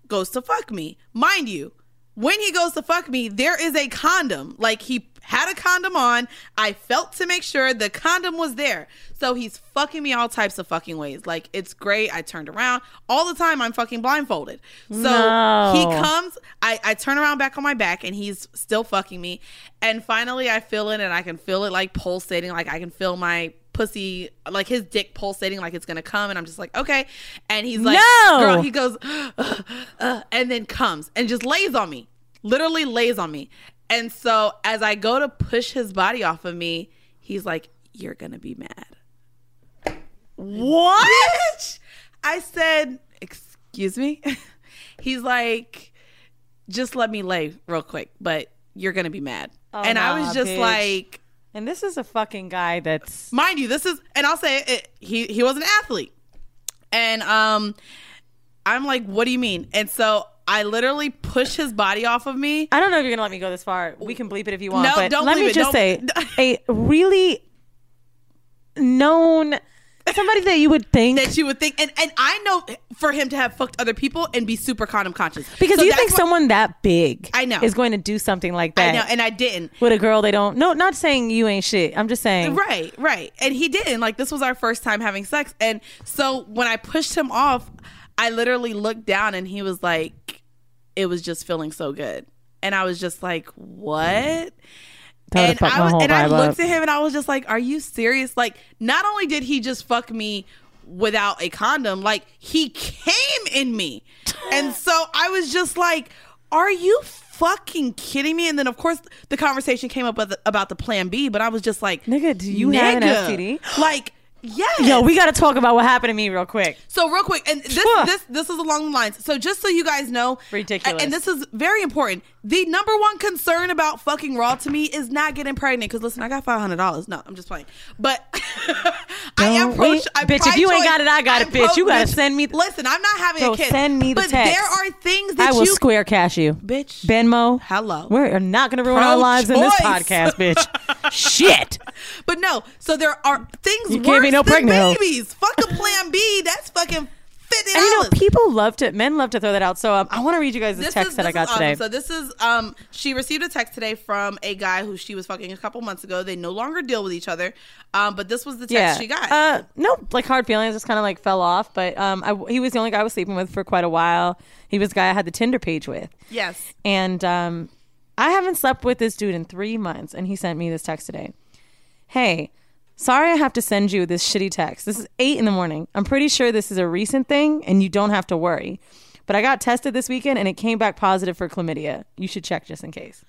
Speaker 4: goes to fuck me, mind you. When he goes to fuck me, there is a condom. Like he had a condom on. I felt to make sure the condom was there. So he's fucking me all types of fucking ways. Like it's great. I turned around all the time. I'm fucking blindfolded. So
Speaker 5: No.
Speaker 4: he comes. I I turn around back on my back, and he's still fucking me. And finally, I feel it, and I can feel it like pulsating. Like I can feel my pussy, like his dick pulsating, like it's gonna come. And I'm just like, okay. And he's like,
Speaker 5: No.
Speaker 4: girl. He goes, uh, and then comes and just lays on me, literally lays on me. And so as I go to push his body off of me, he's like, You're gonna be mad. What? I said, Excuse me? he's like, Just let me lay real quick, but you're gonna be mad.
Speaker 5: Oh,
Speaker 4: and I
Speaker 5: nah,
Speaker 4: was just
Speaker 5: bitch.
Speaker 4: like,
Speaker 5: And this is a fucking guy that's
Speaker 4: mind you, this is, and I'll say it, it, he he was an athlete, and um, I'm like, what do you mean? And so I literally push his body off of me.
Speaker 5: I don't know if you're gonna let me go this far. We can bleep it if you want.
Speaker 4: No,
Speaker 5: but
Speaker 4: don't
Speaker 5: let me
Speaker 4: bleep it.
Speaker 5: just say
Speaker 4: Don't-
Speaker 5: a really known somebody that you would think
Speaker 4: That you would think, and and I know for him to have fucked other people and be super condom conscious
Speaker 5: because
Speaker 4: So
Speaker 5: you
Speaker 4: that's
Speaker 5: think
Speaker 4: why-
Speaker 5: someone that big
Speaker 4: I know.
Speaker 5: is going to do something like that.
Speaker 4: I know, and I didn't.
Speaker 5: with a girl they don't no not saying you ain't shit. I'm just saying
Speaker 4: Right, right. And he didn't. Like this was our first time having sex. And so when I pushed him off, I literally looked down and he was like it was just feeling so good. And I was just like, "What?"
Speaker 5: That would've
Speaker 4: and
Speaker 5: fucked
Speaker 4: I
Speaker 5: my
Speaker 4: was,
Speaker 5: whole
Speaker 4: and I
Speaker 5: vibe up.
Speaker 4: looked at him and I was just like, "Are you serious?" Like, not only did he just fuck me without a condom, like he came in me, and so I was just like, "Are you fucking kidding me?" And then of course the conversation came up with- about the Plan B, but I was just like, "Nigga, do
Speaker 5: you have an STD?
Speaker 4: Like, yes.
Speaker 5: Yo, we got to talk about what happened to me real quick.
Speaker 4: So real quick, and this this this is along the lines. So just so you guys know, ridiculous, and this is very important. The number one concern about fucking raw to me is not getting pregnant. Because listen, I got five hundred dollars. No, I'm just playing. But I am
Speaker 5: Don't
Speaker 4: pro.
Speaker 5: wait.
Speaker 4: I'm
Speaker 5: Bitch, if you ain't
Speaker 4: pro-choice.
Speaker 5: got it, I got it,
Speaker 4: I'm
Speaker 5: bitch. You gotta
Speaker 4: bitch.
Speaker 5: send me-
Speaker 4: Listen, I'm not having
Speaker 5: Bro,
Speaker 4: a kid.
Speaker 5: send me the
Speaker 4: but
Speaker 5: text.
Speaker 4: there are things that
Speaker 5: I will
Speaker 4: you
Speaker 5: square cash you,
Speaker 4: bitch.
Speaker 5: Benmo,
Speaker 4: hello.
Speaker 5: We're not gonna ruin our lives in this
Speaker 4: Pro-choice.
Speaker 5: podcast, bitch. Shit.
Speaker 4: But no, so there are things
Speaker 5: You
Speaker 4: worse
Speaker 5: gave me no
Speaker 4: than
Speaker 5: pregnant hoe.
Speaker 4: babies. Fuck a plan B. That's fucking fifty
Speaker 5: And
Speaker 4: dollars.
Speaker 5: you know, people love to, men love to throw that out. So um, I want to read you guys this, text that I got
Speaker 4: is awesome.
Speaker 5: today.
Speaker 4: So this is um she received a text today from a guy who she was fucking a couple months ago. They no longer deal with each other. Um, but this was the text
Speaker 5: yeah.
Speaker 4: she got.
Speaker 5: Uh, no, like hard feelings just kind of like fell off. But um, I, he was the only guy I was sleeping with for quite a while. He was the guy I had the Tinder page with.
Speaker 4: yes.
Speaker 5: And um, I haven't slept with this dude in three months, and he sent me this text today. Hey, sorry I have to send you this shitty text. This is eight in the morning. I'm pretty sure this is a recent thing, and you don't have to worry. But I got tested this weekend, and it came back positive for chlamydia. You should check just in case.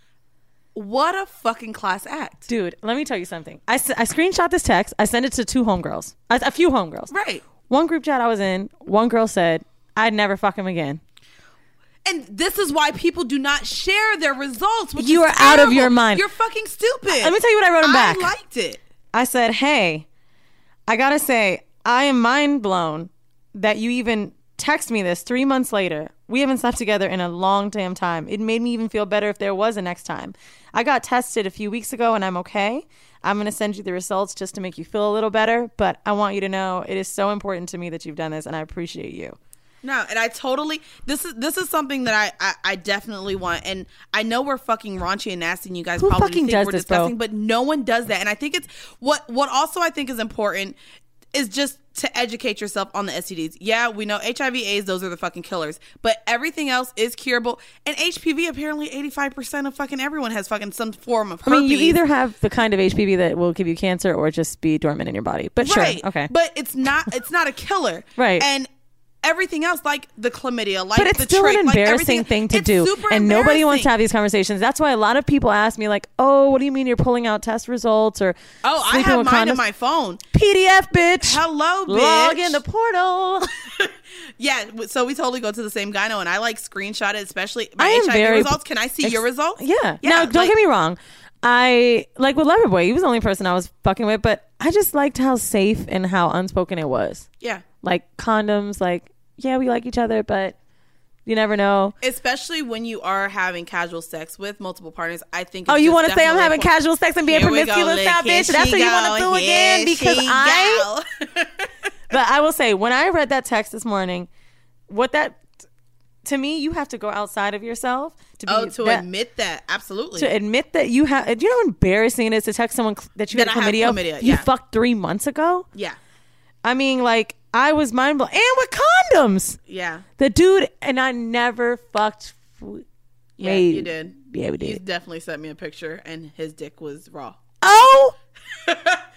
Speaker 4: What a fucking class act.
Speaker 5: Dude, let me tell you something. I, s- I screenshot this text. I sent it to two homegirls, a, a few homegirls.
Speaker 4: Right.
Speaker 5: One group chat I was in, one girl said, I'd never fuck him again.
Speaker 4: And this is why people do not share their results. Which
Speaker 5: You
Speaker 4: is
Speaker 5: are out of
Speaker 4: terrible.
Speaker 5: your mind.
Speaker 4: You're fucking stupid.
Speaker 5: Let me tell you what I wrote him back.
Speaker 4: I liked it.
Speaker 5: I said, Hey, I gotta say, I am mind blown that you even text me this three months later. We haven't slept together in a long damn time. It made me even feel better if there was a next time. I got tested a few weeks ago and I'm okay. I'm gonna send you the results just to make you feel a little better, but I want you to know it is so important to me that you've done this and I appreciate you.
Speaker 4: No, and I totally this is this is something that I I, I definitely want, and I know we're fucking raunchy and nasty, and you guys
Speaker 5: Who
Speaker 4: probably
Speaker 5: fucking
Speaker 4: think
Speaker 5: does
Speaker 4: we're
Speaker 5: this, bro?
Speaker 4: disgusting, but no one does that, and I think it's what what also I think is important is just to educate yourself on the STDs. Yeah, we know HIV AIDS; those are the fucking killers, but everything else is curable, and HPV apparently eighty five percent of fucking everyone has fucking some form of.
Speaker 5: I
Speaker 4: Herpes.
Speaker 5: mean, you either have the kind of HPV that will give you cancer or just be dormant in your body. But
Speaker 4: right,
Speaker 5: sure, okay.
Speaker 4: but it's not it's not a killer,
Speaker 5: Right.
Speaker 4: and. Everything else, like the chlamydia, like
Speaker 5: but it's
Speaker 4: the
Speaker 5: still
Speaker 4: trick,
Speaker 5: an
Speaker 4: like
Speaker 5: embarrassing thing
Speaker 4: everything-
Speaker 5: to do, and nobody wants to have these conversations. That's why a lot of people ask me, like, "Oh, what do you mean you're pulling out test results?" Or
Speaker 4: Oh, I
Speaker 5: sleeping
Speaker 4: have
Speaker 5: with
Speaker 4: mine
Speaker 5: condoms?"
Speaker 4: in my phone.
Speaker 5: PDF, bitch.
Speaker 4: Hello, bitch.
Speaker 5: Log in the portal.
Speaker 4: yeah, w- so we totally go to the same gyno, and I like screenshot it, especially my
Speaker 5: I am
Speaker 4: HIV
Speaker 5: very
Speaker 4: results. Can I see your
Speaker 5: ex-
Speaker 4: results?
Speaker 5: Yeah. now, don't get me wrong. I like with Loverboy. He was the only person I was fucking with, but I just liked how safe and how unspoken it was.
Speaker 4: Yeah.
Speaker 5: Like condoms. Like yeah, we like each other, but you never know.
Speaker 4: Especially when you are having casual sex with multiple partners, I think.
Speaker 5: Oh,
Speaker 4: it's
Speaker 5: you
Speaker 4: just
Speaker 5: want to say I'm
Speaker 4: definitely
Speaker 5: having
Speaker 4: important.
Speaker 5: casual sex and being
Speaker 4: Here we go,
Speaker 5: promiscuous
Speaker 4: look,
Speaker 5: now,
Speaker 4: here
Speaker 5: bitch? That's
Speaker 4: she
Speaker 5: what you
Speaker 4: go,
Speaker 5: want to do
Speaker 4: here
Speaker 5: again because
Speaker 4: she
Speaker 5: I. but I will say, when I read that text this morning, what that to me, you have to go outside of yourself to be
Speaker 4: Oh, to
Speaker 5: that-
Speaker 4: admit that absolutely.
Speaker 5: to admit that you have. Do you know how embarrassing it is to text someone cl- that you
Speaker 4: That
Speaker 5: had
Speaker 4: I have
Speaker 5: chlamydia?
Speaker 4: chlamydia,
Speaker 5: You
Speaker 4: yeah.
Speaker 5: fucked three months ago.
Speaker 4: yeah,
Speaker 5: I mean, like I was mind blown, and with condoms.
Speaker 4: yeah,
Speaker 5: The dude and I never fucked. w-
Speaker 4: yeah.
Speaker 5: wait.
Speaker 4: You did.
Speaker 5: Yeah, we
Speaker 4: You
Speaker 5: did.
Speaker 4: definitely sent me a picture, and his dick was raw.
Speaker 5: Oh,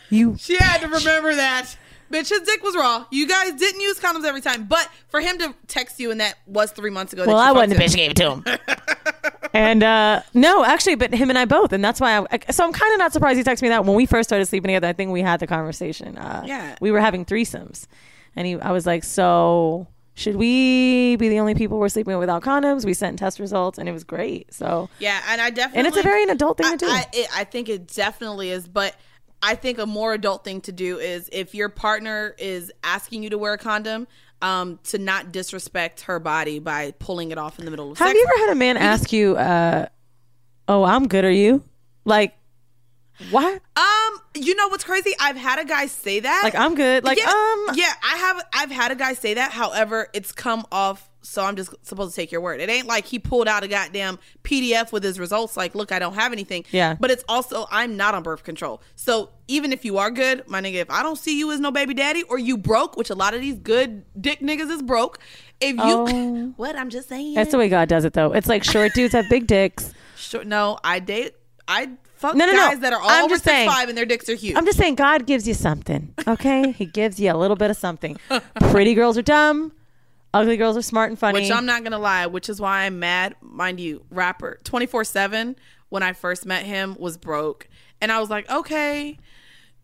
Speaker 5: you
Speaker 4: She had to remember that. Bitch, his dick was raw. You guys didn't use condoms every time. But for him to text you, and that was three months ago. that
Speaker 5: Well,
Speaker 4: you
Speaker 5: I wasn't
Speaker 4: fucked
Speaker 5: the bitch who gave it to him. and uh no actually but him and i both and that's why i I- so i'm kind of not surprised he texted me that when we first started sleeping together i think we had the conversation uh
Speaker 4: Yeah.
Speaker 5: we were having threesomes and he i was like so should we be the only people we're sleeping with without condoms we sent test results and it was great so
Speaker 4: Yeah, and I definitely
Speaker 5: and it's a very an adult thing to do
Speaker 4: I, it, I think it definitely is, but I think a more adult thing to do is if your partner is asking you to wear a condom, um, to not disrespect her body by pulling it off in the middle of
Speaker 5: have
Speaker 4: sex.
Speaker 5: you ever had a man ask you uh oh i'm good are you like what
Speaker 4: Um, you know what's crazy? I've had a guy say that.
Speaker 5: Like, I'm good. Like,
Speaker 4: yeah,
Speaker 5: um-
Speaker 4: yeah, I have. I've had a guy say that. However, it's come off. So I'm just supposed to take your word. It ain't like he pulled out a goddamn PDF with his results. Like, look, I don't have anything.
Speaker 5: Yeah.
Speaker 4: But it's also I'm not on birth control. So even if you are good, my nigga, if I don't see you as no baby daddy or you broke, which a lot of these good dick niggas is broke. If you,
Speaker 5: Oh.
Speaker 4: what I'm just saying.
Speaker 5: that's the way god does it though it's like short dudes have big dicks
Speaker 4: Sure, no, I date. I fuck
Speaker 5: No, no, no.
Speaker 4: guys that are all
Speaker 5: I'm
Speaker 4: over
Speaker 5: just
Speaker 4: six
Speaker 5: saying.
Speaker 4: five and their dicks are huge.
Speaker 5: I'm just saying, God gives you something, okay? he gives you a little bit of something. Pretty girls are dumb. Ugly girls are smart and funny.
Speaker 4: Which I'm not gonna lie, which is why I'm mad, mind you, rapper twenty four seven when I first met him was broke. And I was like, Okay,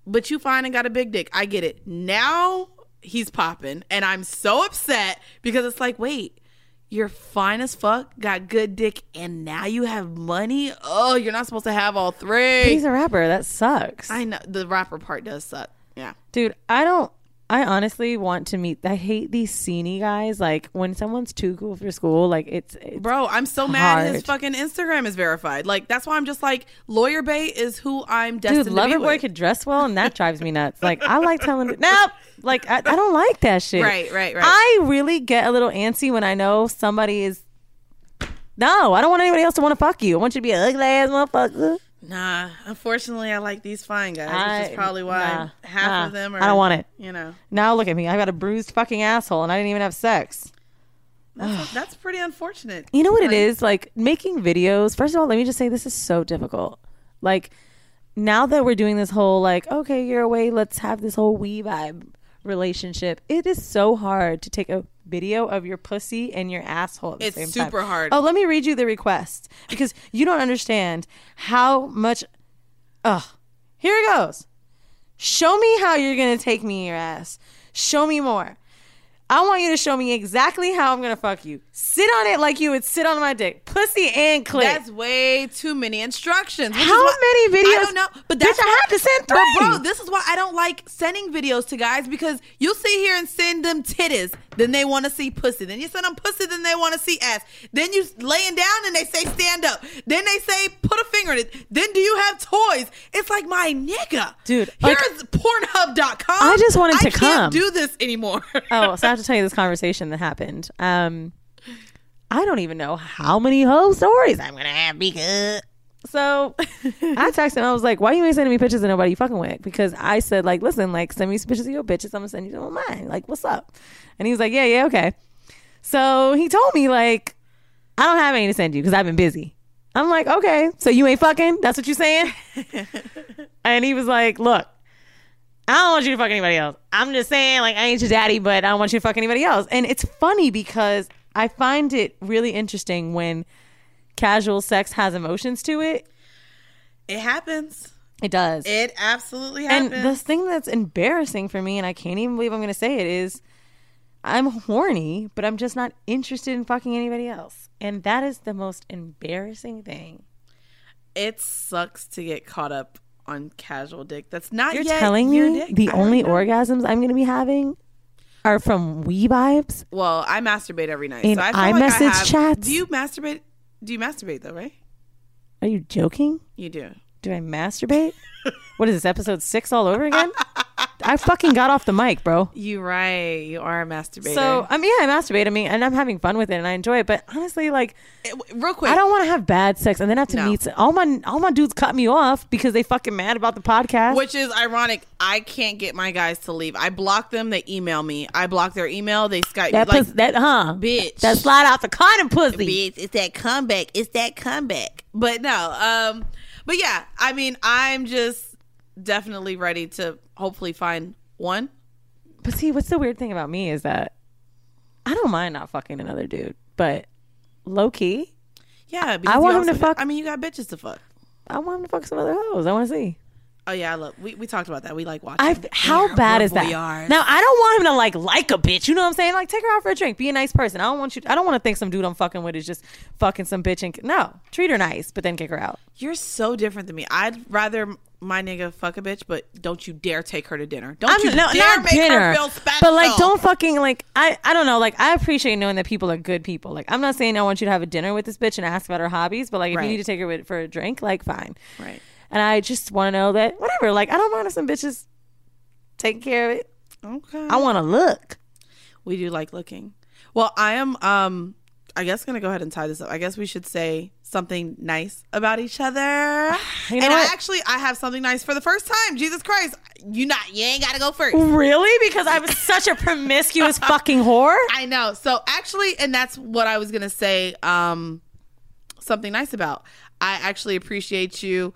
Speaker 4: but you fine and got a big dick. I get it. Now he's popping and I'm so upset because it's like, wait, you're fine as fuck, got good dick, and now you have money? Oh, you're not supposed to have all
Speaker 5: But
Speaker 4: three.
Speaker 5: He's a rapper. That sucks.
Speaker 4: I know the rapper part does suck. Yeah.
Speaker 5: Dude, I don't. I honestly want to meet. I hate these sceney guys. Like when someone's too cool for school, like it's, it's
Speaker 4: Bro, I'm so mad his
Speaker 5: hard.
Speaker 4: fucking Instagram is verified. Like that's why I'm just like Lawyer Bay is who I'm destined
Speaker 5: Dude,
Speaker 4: to be
Speaker 5: Loverboy
Speaker 4: with.
Speaker 5: could dress well, and that drives me nuts. Like I like telling no, like I, I don't like that shit.
Speaker 4: Right, right, right.
Speaker 5: I really get a little antsy when I know somebody is. No, I don't want anybody else to want to fuck you. I want you to be an ugly ass motherfucker.
Speaker 4: Nah, unfortunately, I like these fine guys, which
Speaker 5: I-
Speaker 4: is probably why
Speaker 5: nah,
Speaker 4: half
Speaker 5: nah.
Speaker 4: of them are.
Speaker 5: I don't want it.
Speaker 4: You know,
Speaker 5: Now look at me. I got a bruised fucking asshole and I didn't even have sex.
Speaker 4: that's, that's pretty unfortunate.
Speaker 5: You know what it is? Like making videos. First of all, let me just say this is so difficult. Like now that we're doing this whole like, okay, you're away, let's have this whole we vibe relationship. It is so hard to take a video of your pussy and your asshole. At the
Speaker 4: It's
Speaker 5: same time.
Speaker 4: super hard.
Speaker 5: Oh, let me read you the request because you don't understand how much Ugh. Here it goes. Show me how you're going to take me in your ass. Show me more. I want you to show me exactly how I'm going to fuck you. Sit on it like you would sit on my dick. Pussy and clit.
Speaker 4: That's way too many instructions. which is
Speaker 5: How
Speaker 4: why-
Speaker 5: many videos-
Speaker 4: I don't know, but
Speaker 5: Bitch,
Speaker 4: that's
Speaker 5: I
Speaker 4: why-
Speaker 5: had to send
Speaker 4: But bro,
Speaker 5: three.
Speaker 4: this is why I don't like sending videos to guys because you'll sit here and send them titties, Then they want to see pussy. Then you send them pussy. Then they want to see ass. Then you laying down and they say stand up. Then they say put a finger in it. Then do you have toys? It's like my nigga,
Speaker 5: Dude,
Speaker 4: Here's
Speaker 5: like-
Speaker 4: Pornhub.com.
Speaker 5: I just wanted to
Speaker 4: I
Speaker 5: come.
Speaker 4: Can't do this anymore.
Speaker 5: oh, so I have to tell you this conversation that happened. Um, I don't even know how many whole stories I'm gonna have because. So I texted him. I was like, "Why you ain't sending me pictures of nobody you fucking with?" Because I said, "Like, listen, like, send me some pictures of your bitches. I'm gonna send you some of mine. Like, what's up?" And he was like, "Yeah, yeah, okay." So he told me like, "I don't have any to send you because I've been busy." I'm like, "Okay, so you ain't fucking? That's what you saying?" and he was like, "Look, I don't want you to fuck anybody else. I'm just saying, like, I ain't your daddy, but I don't want you to fuck anybody else. And it's funny because I find it really interesting when casual sex has emotions to it.
Speaker 4: It happens.
Speaker 5: It does.
Speaker 4: It absolutely
Speaker 5: and
Speaker 4: happens.
Speaker 5: the thing that's embarrassing for me, and I can't even believe I'm going to say it, is I'm horny, but I'm just not interested in fucking anybody else. And that is the most embarrassing thing.
Speaker 4: it sucks to get caught up on casual dick. That's not
Speaker 5: You're
Speaker 4: yet
Speaker 5: telling
Speaker 4: your
Speaker 5: me
Speaker 4: dick.
Speaker 5: the only orgasms I'm going to be having are from wee vibes?
Speaker 4: Well, I masturbate every night.
Speaker 5: In
Speaker 4: so I feel like I
Speaker 5: iMessage
Speaker 4: have-
Speaker 5: chats?
Speaker 4: Do you masturbate? Do you masturbate though? Right?
Speaker 5: Are you joking?
Speaker 4: You do.
Speaker 5: Do I masturbate? what is this episode six all over again? I fucking got off the mic, bro.
Speaker 4: You right. You are a masturbator.
Speaker 5: So I mean, yeah, I masturbate. I mean, and I'm having fun with it, and I enjoy it. But honestly, like,
Speaker 4: real quick,
Speaker 5: I don't want to have bad sex and then have to meet some- all my all my dudes cut me off because they fucking mad about the podcast.
Speaker 4: Which is ironic. I can't get my guys to leave. I block them. They email me. I block their email. They Skype.
Speaker 5: that
Speaker 4: like,
Speaker 5: pussy, that huh?
Speaker 4: bitch.
Speaker 5: That slide out the condom pussy.
Speaker 4: Bitch, it's that comeback. It's that comeback. But no, um, but yeah, I mean, I'm just definitely ready to hopefully find one.
Speaker 5: But see, what's the weird thing about me is that I don't mind not fucking another dude, but low key,
Speaker 4: Yeah,
Speaker 5: I
Speaker 4: you
Speaker 5: want him
Speaker 4: also
Speaker 5: to fuck.
Speaker 4: I mean, you got bitches to fuck.
Speaker 5: I want him to fuck some other hoes. I want to see.
Speaker 4: Oh yeah, I love. We we talked about that. We like watching.
Speaker 5: I how bad is that?
Speaker 4: voyeurs.
Speaker 5: Now I don't want him to like like a bitch. You know what I'm saying? Like take her out for a drink. Be a nice person. I don't want you. I don't want to think some dude I'm fucking with is just fucking some bitch and no. Treat her nice, but then kick her out.
Speaker 4: You're so different than me. I'd rather my nigga fuck a bitch, but don't you dare take her to dinner. Don't
Speaker 5: I'm-
Speaker 4: you
Speaker 5: no,
Speaker 4: dare
Speaker 5: not
Speaker 4: make her
Speaker 5: dinner,
Speaker 4: feel special.
Speaker 5: But like, don't fucking like. I I don't know. Like I appreciate knowing that people are good people. Like I'm not saying I want you to have a dinner with this bitch and ask about her hobbies, but like if
Speaker 4: Right.
Speaker 5: you need to take her with, for a drink, like fine.
Speaker 4: Right.
Speaker 5: And I just want to know that whatever. Like I don't mind if some bitches take care of it.
Speaker 4: Okay.
Speaker 5: I want to look.
Speaker 4: We do like looking. Well, I am um I guess gonna go ahead and tie this up. I guess we should say something nice about each other.
Speaker 5: know
Speaker 4: and
Speaker 5: what?
Speaker 4: I actually I have something nice for the first time. Jesus Christ. You not you ain't gotta go first.
Speaker 5: Really? Because I was such a promiscuous fucking whore.
Speaker 4: I know. So actually, and that's what I was gonna say. Um, something nice about. I actually appreciate you.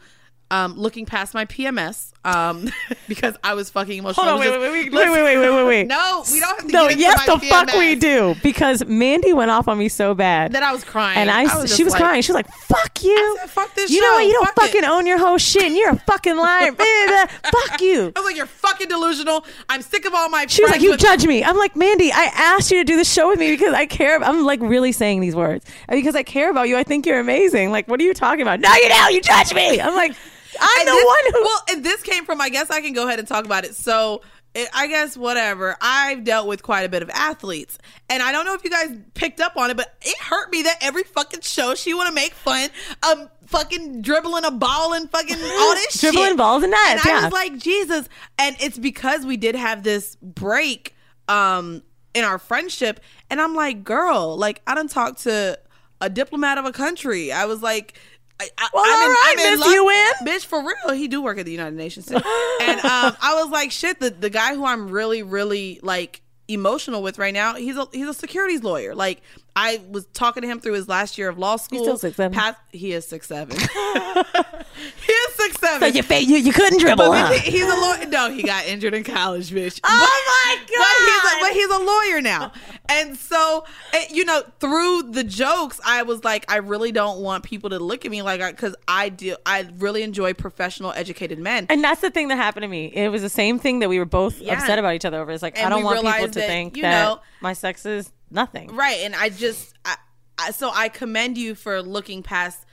Speaker 4: Um, looking past my PMS, um, because I was fucking emotional.
Speaker 5: Hold on,
Speaker 4: It
Speaker 5: wait,
Speaker 4: was
Speaker 5: wait, wait,
Speaker 4: just-
Speaker 5: wait, wait, wait, wait, wait, wait, wait.
Speaker 4: No, we don't have to.
Speaker 5: No,
Speaker 4: get into
Speaker 5: yes,
Speaker 4: my
Speaker 5: the fuck
Speaker 4: PMS.
Speaker 5: we do because Mandy went off on me so bad
Speaker 4: That I was crying,
Speaker 5: and I,
Speaker 4: just
Speaker 5: she was
Speaker 4: like-
Speaker 5: crying. She was like, "Fuck you,
Speaker 4: fuck this
Speaker 5: you know
Speaker 4: show.
Speaker 5: what? You don't
Speaker 4: Fuck it."
Speaker 5: fucking own your whole shit, and you're a fucking liar. Blah, blah, blah. fuck you."
Speaker 4: I was like, "You're fucking delusional. I'm sick of all my."
Speaker 5: She was like,
Speaker 4: friends
Speaker 5: "You
Speaker 4: with-
Speaker 5: judge me." I'm like, "Mandy, I asked you to do this show with me because I care." I'm like, really saying these words and because I care about you. I think you're amazing. Like, what are you talking about? No, you don't. You judge me. I'm like, I'm
Speaker 4: And
Speaker 5: the
Speaker 4: this-
Speaker 5: one who.
Speaker 4: Well, and this came from. I guess I can go ahead and talk about it. So. It, I guess whatever. I've dealt with quite a bit of athletes, and I don't know if you guys picked up on it, but it hurt me that every fucking show she want to make fun of fucking dribbling a ball and fucking all this shit.
Speaker 5: Dribbling balls and
Speaker 4: And
Speaker 5: nuts,
Speaker 4: I
Speaker 5: yeah.
Speaker 4: was like, Jesus. And it's because we did have this break um in our friendship, and I'm like, girl, like I done talked to a diplomat of a country. I was like. I, I,
Speaker 5: Well,
Speaker 4: I'm
Speaker 5: all
Speaker 4: in,
Speaker 5: right,
Speaker 4: I'm in
Speaker 5: Miss
Speaker 4: love- bitch, for real. He do work at the United Nations, too. and um, I was like, shit. The the guy who I'm really, really like emotional with right now, he's a he's a securities lawyer. Like I was talking to him through his last year of law school.
Speaker 5: still 6'7"?
Speaker 4: Past- he is six seven. he is six
Speaker 5: So
Speaker 4: seven.
Speaker 5: you, fa- you you couldn't dribble.
Speaker 4: But
Speaker 5: huh?
Speaker 4: bitch, he- he's a lawyer. No, he got injured in college, bitch.
Speaker 5: Oh
Speaker 4: But-
Speaker 5: my God.
Speaker 4: But he's, a, but he's a lawyer now, and so eh, you know, through the jokes, I was like, I really don't want people to look at me like, because I do. I really enjoy professional, educated men.
Speaker 5: And that's the thing that happened to me. It was the same thing that we were both
Speaker 4: Yeah.
Speaker 5: upset about each other over. It's like
Speaker 4: And
Speaker 5: I don't
Speaker 4: we
Speaker 5: want people
Speaker 4: realized
Speaker 5: to
Speaker 4: that,
Speaker 5: think
Speaker 4: you
Speaker 5: that
Speaker 4: know-
Speaker 5: my sex is nothing.
Speaker 4: Right. And I just, I, I, so I commend you for looking past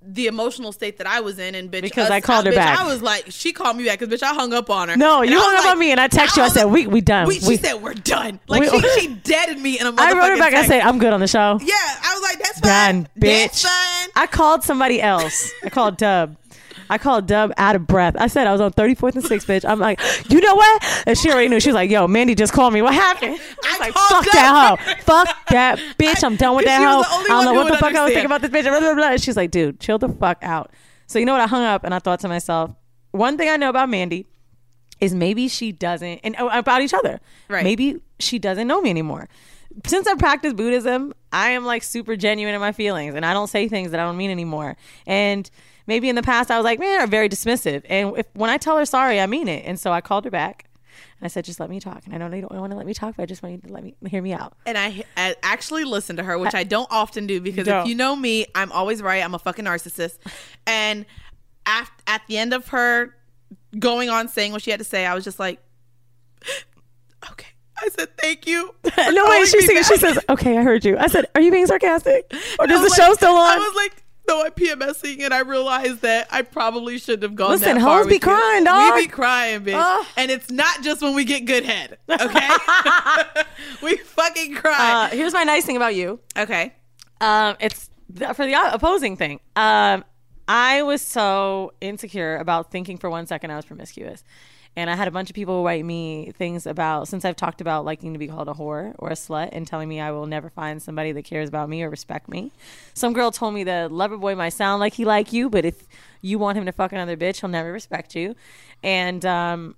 Speaker 4: the emotional state that I was in, and bitch,
Speaker 5: Because
Speaker 4: us-
Speaker 5: I called her
Speaker 4: bitch,
Speaker 5: back.
Speaker 4: I was like, she called me back because bitch, I hung up on her.
Speaker 5: No,
Speaker 4: And
Speaker 5: you
Speaker 4: I
Speaker 5: hung
Speaker 4: was
Speaker 5: up
Speaker 4: like-
Speaker 5: on me and I text you. I said, "We we done."
Speaker 4: We, she
Speaker 5: We-
Speaker 4: said we're done. Like
Speaker 5: We-
Speaker 4: she, she deaded me in a motherfucking
Speaker 5: I wrote her back. I
Speaker 4: text.
Speaker 5: said, "I'm good on the show."
Speaker 4: yeah. I was like, that's fine.
Speaker 5: Done, bitch. I called somebody else. I called Dub. I called Dub out of breath. I said I was on 34th and 6th, bitch. I'm like, you know what? And she already knew. She was like, yo, Mandy just called me. What happened? I was like, fuck that hoe. Fuck that bitch. I'm done with that
Speaker 4: She
Speaker 5: hoe.
Speaker 4: was the
Speaker 5: I
Speaker 4: only
Speaker 5: don't know
Speaker 4: one
Speaker 5: what
Speaker 4: who
Speaker 5: the
Speaker 4: would
Speaker 5: fuck I was thinking
Speaker 4: understand.
Speaker 5: about this bitch. Blah, blah, blah. And she's like, dude, chill the fuck out. So you know what? I hung up and I thought to myself, one thing I know about Mandy is maybe she doesn't, and oh, about each other.
Speaker 4: Right.
Speaker 5: Maybe she doesn't know me anymore since I practice Buddhism, I am like super genuine in my feelings and I don't say things that I don't mean anymore. And maybe in the past I was like, man, are very dismissive. And if, when I tell her sorry, I mean it. And so I called her back and I said, just let me talk. And I know they don't want to let me talk, but I just want you to let me hear me out.
Speaker 4: And I, I actually listened to her, which I, don't often do because
Speaker 5: No.
Speaker 4: if you know me, I'm always right. I'm a fucking narcissist. And at, at the end of her going on saying what she had to say, I was just like, okay. I said, thank Oh, you. for
Speaker 5: no way.
Speaker 4: calling
Speaker 5: She's
Speaker 4: me
Speaker 5: singing. She
Speaker 4: back."
Speaker 5: says, okay, I heard you. I said, are you being sarcastic? Or
Speaker 4: I
Speaker 5: does the
Speaker 4: was
Speaker 5: show
Speaker 4: like-
Speaker 5: still
Speaker 4: I
Speaker 5: on?
Speaker 4: was like, no, I'm PMSing, and I realized that I probably shouldn't have gone.
Speaker 5: Listen,
Speaker 4: that far
Speaker 5: hoes be
Speaker 4: with you.
Speaker 5: crying, dog.
Speaker 4: We be crying, bitch,
Speaker 5: Ugh.
Speaker 4: and it's not just when we get good head. Okay, we fucking cry.
Speaker 5: Uh, here's my nice thing about you.
Speaker 4: Okay.
Speaker 5: Um, it's th- for the o- opposing thing. Um, I was so insecure about thinking for one second I was promiscuous. And I had a bunch of people write me things about, since I've talked about liking to be called a whore or a slut and telling me I will never find somebody that cares about me or respect me. Some girl told me that Loverboy might sound like he like you, but if you want him to fuck another bitch, he'll never respect you. And um,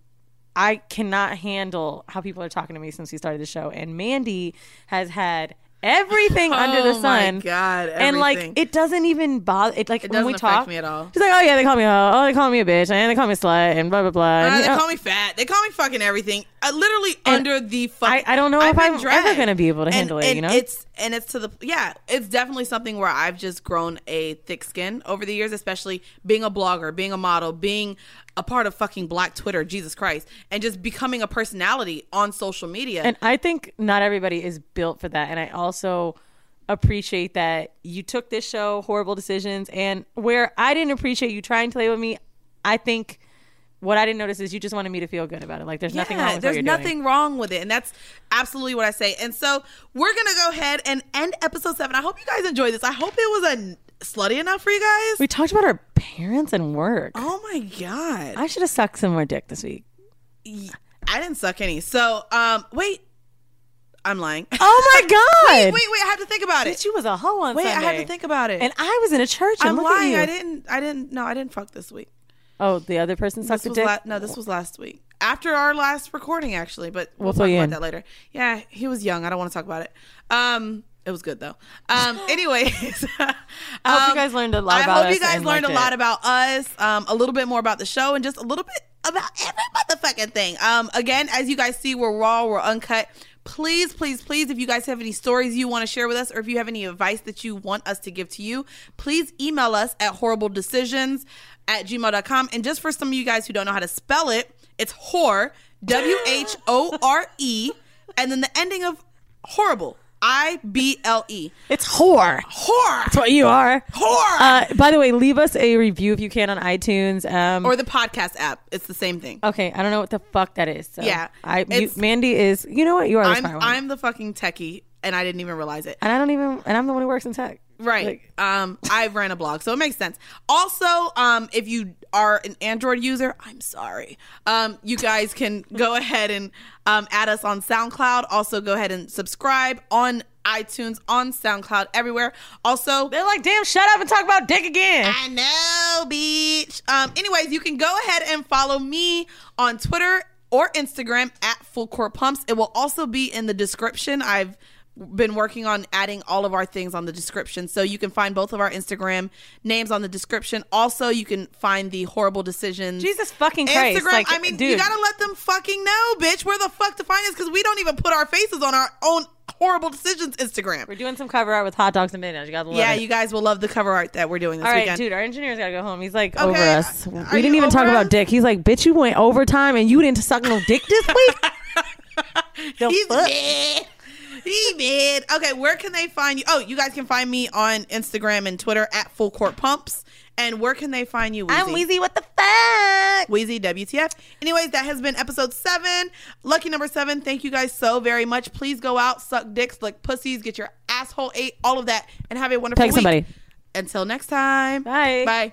Speaker 5: I cannot handle how people are talking to me since we started the show. And Mandy has had everything under the
Speaker 4: Oh my
Speaker 5: sun.
Speaker 4: God,
Speaker 5: And like
Speaker 4: everything.
Speaker 5: it doesn't even bother it like
Speaker 4: It
Speaker 5: when
Speaker 4: doesn't
Speaker 5: we
Speaker 4: affect
Speaker 5: talk
Speaker 4: me at all.
Speaker 5: She's like, Oh yeah, they call me a hoe. Oh, they call me a bitch and they call me a slut and blah blah blah.
Speaker 4: Uh,
Speaker 5: And,
Speaker 4: they
Speaker 5: uh,
Speaker 4: call me fat. They call me fucking everything. I literally under the
Speaker 5: I,
Speaker 4: fucking.
Speaker 5: I don't know
Speaker 4: I've
Speaker 5: if
Speaker 4: been
Speaker 5: I'm ever
Speaker 4: dragged.
Speaker 5: gonna be able to
Speaker 4: And-
Speaker 5: handle it,
Speaker 4: and
Speaker 5: you know?
Speaker 4: It's and it's to the yeah, it's definitely something where I've just grown a thick skin over the years, especially being a blogger, being a model, being a part of fucking black Twitter, Jesus Christ, and just becoming a personality on social media.
Speaker 5: And I think not everybody is built for that. And I also appreciate that you took this show, horrible decisions, and where I didn't appreciate you trying to play with me, I think what I didn't notice is you just wanted me to feel good about it. Like there's nothing wrong with
Speaker 4: there's
Speaker 5: what you're doing.
Speaker 4: nothing wrong with it and that's absolutely what i say and so we're gonna go ahead and end episode seven i hope you guys enjoyed this i hope it was a slutty enough for you guys
Speaker 5: We talked about our parents and work.
Speaker 4: oh my god
Speaker 5: I should have sucked some more dick this week.
Speaker 4: I didn't suck any. So, um, wait. I'm lying.
Speaker 5: Oh my God.
Speaker 4: wait, wait, wait. I have to think about it.
Speaker 5: Bitch, you was a hoe on
Speaker 4: Wait, I have
Speaker 5: Sunday.
Speaker 4: to think about it.
Speaker 5: And I was in a church. And
Speaker 4: I'm
Speaker 5: look
Speaker 4: lying.
Speaker 5: At you.
Speaker 4: I didn't. I didn't. No, I didn't fuck this week.
Speaker 5: Oh, the other person
Speaker 4: This
Speaker 5: sucked a
Speaker 4: was
Speaker 5: dick.
Speaker 4: la- no, this was last week after our last recording, actually. But we'll,
Speaker 5: We'll fill
Speaker 4: talk
Speaker 5: you
Speaker 4: about
Speaker 5: in.
Speaker 4: that later. Yeah, he was young. I don't want to talk about it. Um, it was good though. Um, anyways, uh,
Speaker 5: I hope you guys learned a lot
Speaker 4: Um, I
Speaker 5: about
Speaker 4: hope
Speaker 5: us
Speaker 4: you guys
Speaker 5: and
Speaker 4: learned a
Speaker 5: liked
Speaker 4: lot
Speaker 5: it.
Speaker 4: about us, um, a little bit more about the show, and just a little bit about every motherfucking thing. Um, again, as you guys see, we're raw, we're uncut. Please, please, please, if you guys have any stories you want to share with us, or if you have any advice that you want us to give to you, please email us at horribledecisions at gmail.com. And just for some of you guys who don't know how to spell it, it's whore, W H O R E, and then the ending of horrible, I B L E.
Speaker 5: It's whore.
Speaker 4: Whore.
Speaker 5: That's what you are.
Speaker 4: Whore.
Speaker 5: Uh, by the way, leave us a review if you can on iTunes. Um,
Speaker 4: Or the podcast app. It's the same thing.
Speaker 5: okay, I don't know what the fuck that is. So
Speaker 4: Yeah,
Speaker 5: I you,
Speaker 4: it's-
Speaker 5: Mandy is. You know what? You are the
Speaker 4: I'm,
Speaker 5: smart one.
Speaker 4: I'm the fucking techie, and I didn't even realize it.
Speaker 5: and I don't even. And I'm the one who works in tech.
Speaker 4: Right.
Speaker 5: Like-
Speaker 4: um, I ran a blog, so it makes sense. Also, um, if you are an Android user, I'm sorry. Um, you guys can go ahead and um, add us on SoundCloud. Also, go ahead and subscribe on iTunes, on SoundCloud, everywhere. Also,
Speaker 5: they're like, damn, shut up and talk about dick again.
Speaker 4: I know, bitch. Um, anyways, you can go ahead and follow me on Twitter or Instagram at Full Court Pumps. It will also be in the description. I've been working on adding all of our things on the description. So you can find both of our Instagram names on the description. Also, you can find the horrible decisions.
Speaker 5: Jesus fucking Christ,
Speaker 4: Instagram.
Speaker 5: like,
Speaker 4: I mean, you
Speaker 5: dude.
Speaker 4: gotta let them fucking know, bitch, where the fuck to find us because we don't even put our faces on our own horrible decisions Instagram.
Speaker 5: We're doing some cover art with hot dogs and midnight. You gotta love
Speaker 4: yeah,
Speaker 5: it.
Speaker 4: you guys will love the cover art that we're doing this
Speaker 5: All right,
Speaker 4: weekend.
Speaker 5: dude. Our engineer's gotta go home. He's like
Speaker 4: Okay,
Speaker 5: over us.
Speaker 4: are
Speaker 5: We
Speaker 4: you
Speaker 5: didn't even talk
Speaker 4: over us?
Speaker 5: about dick. He's like, bitch, you went overtime and you didn't suck no dick this week. The
Speaker 4: He's
Speaker 5: fuck?
Speaker 4: mad. he did. Okay, where can they find you? Oh, you guys can find me on Instagram and Twitter at Full Court Pumps. And where can they find you, Weezy?
Speaker 10: I'm Weezy, what the fuck?
Speaker 4: Weezy WTF. Anyways, that has been episode seven. Lucky number seven. Thank you guys so very much. Please go out, suck dicks, lick pussies, get your asshole ate, all of that, and have a wonderful
Speaker 10: Take
Speaker 4: week.
Speaker 10: somebody.
Speaker 4: Until next time.
Speaker 10: Bye.
Speaker 4: Bye.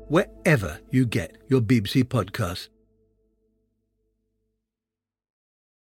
Speaker 11: wherever you get your BBC podcasts.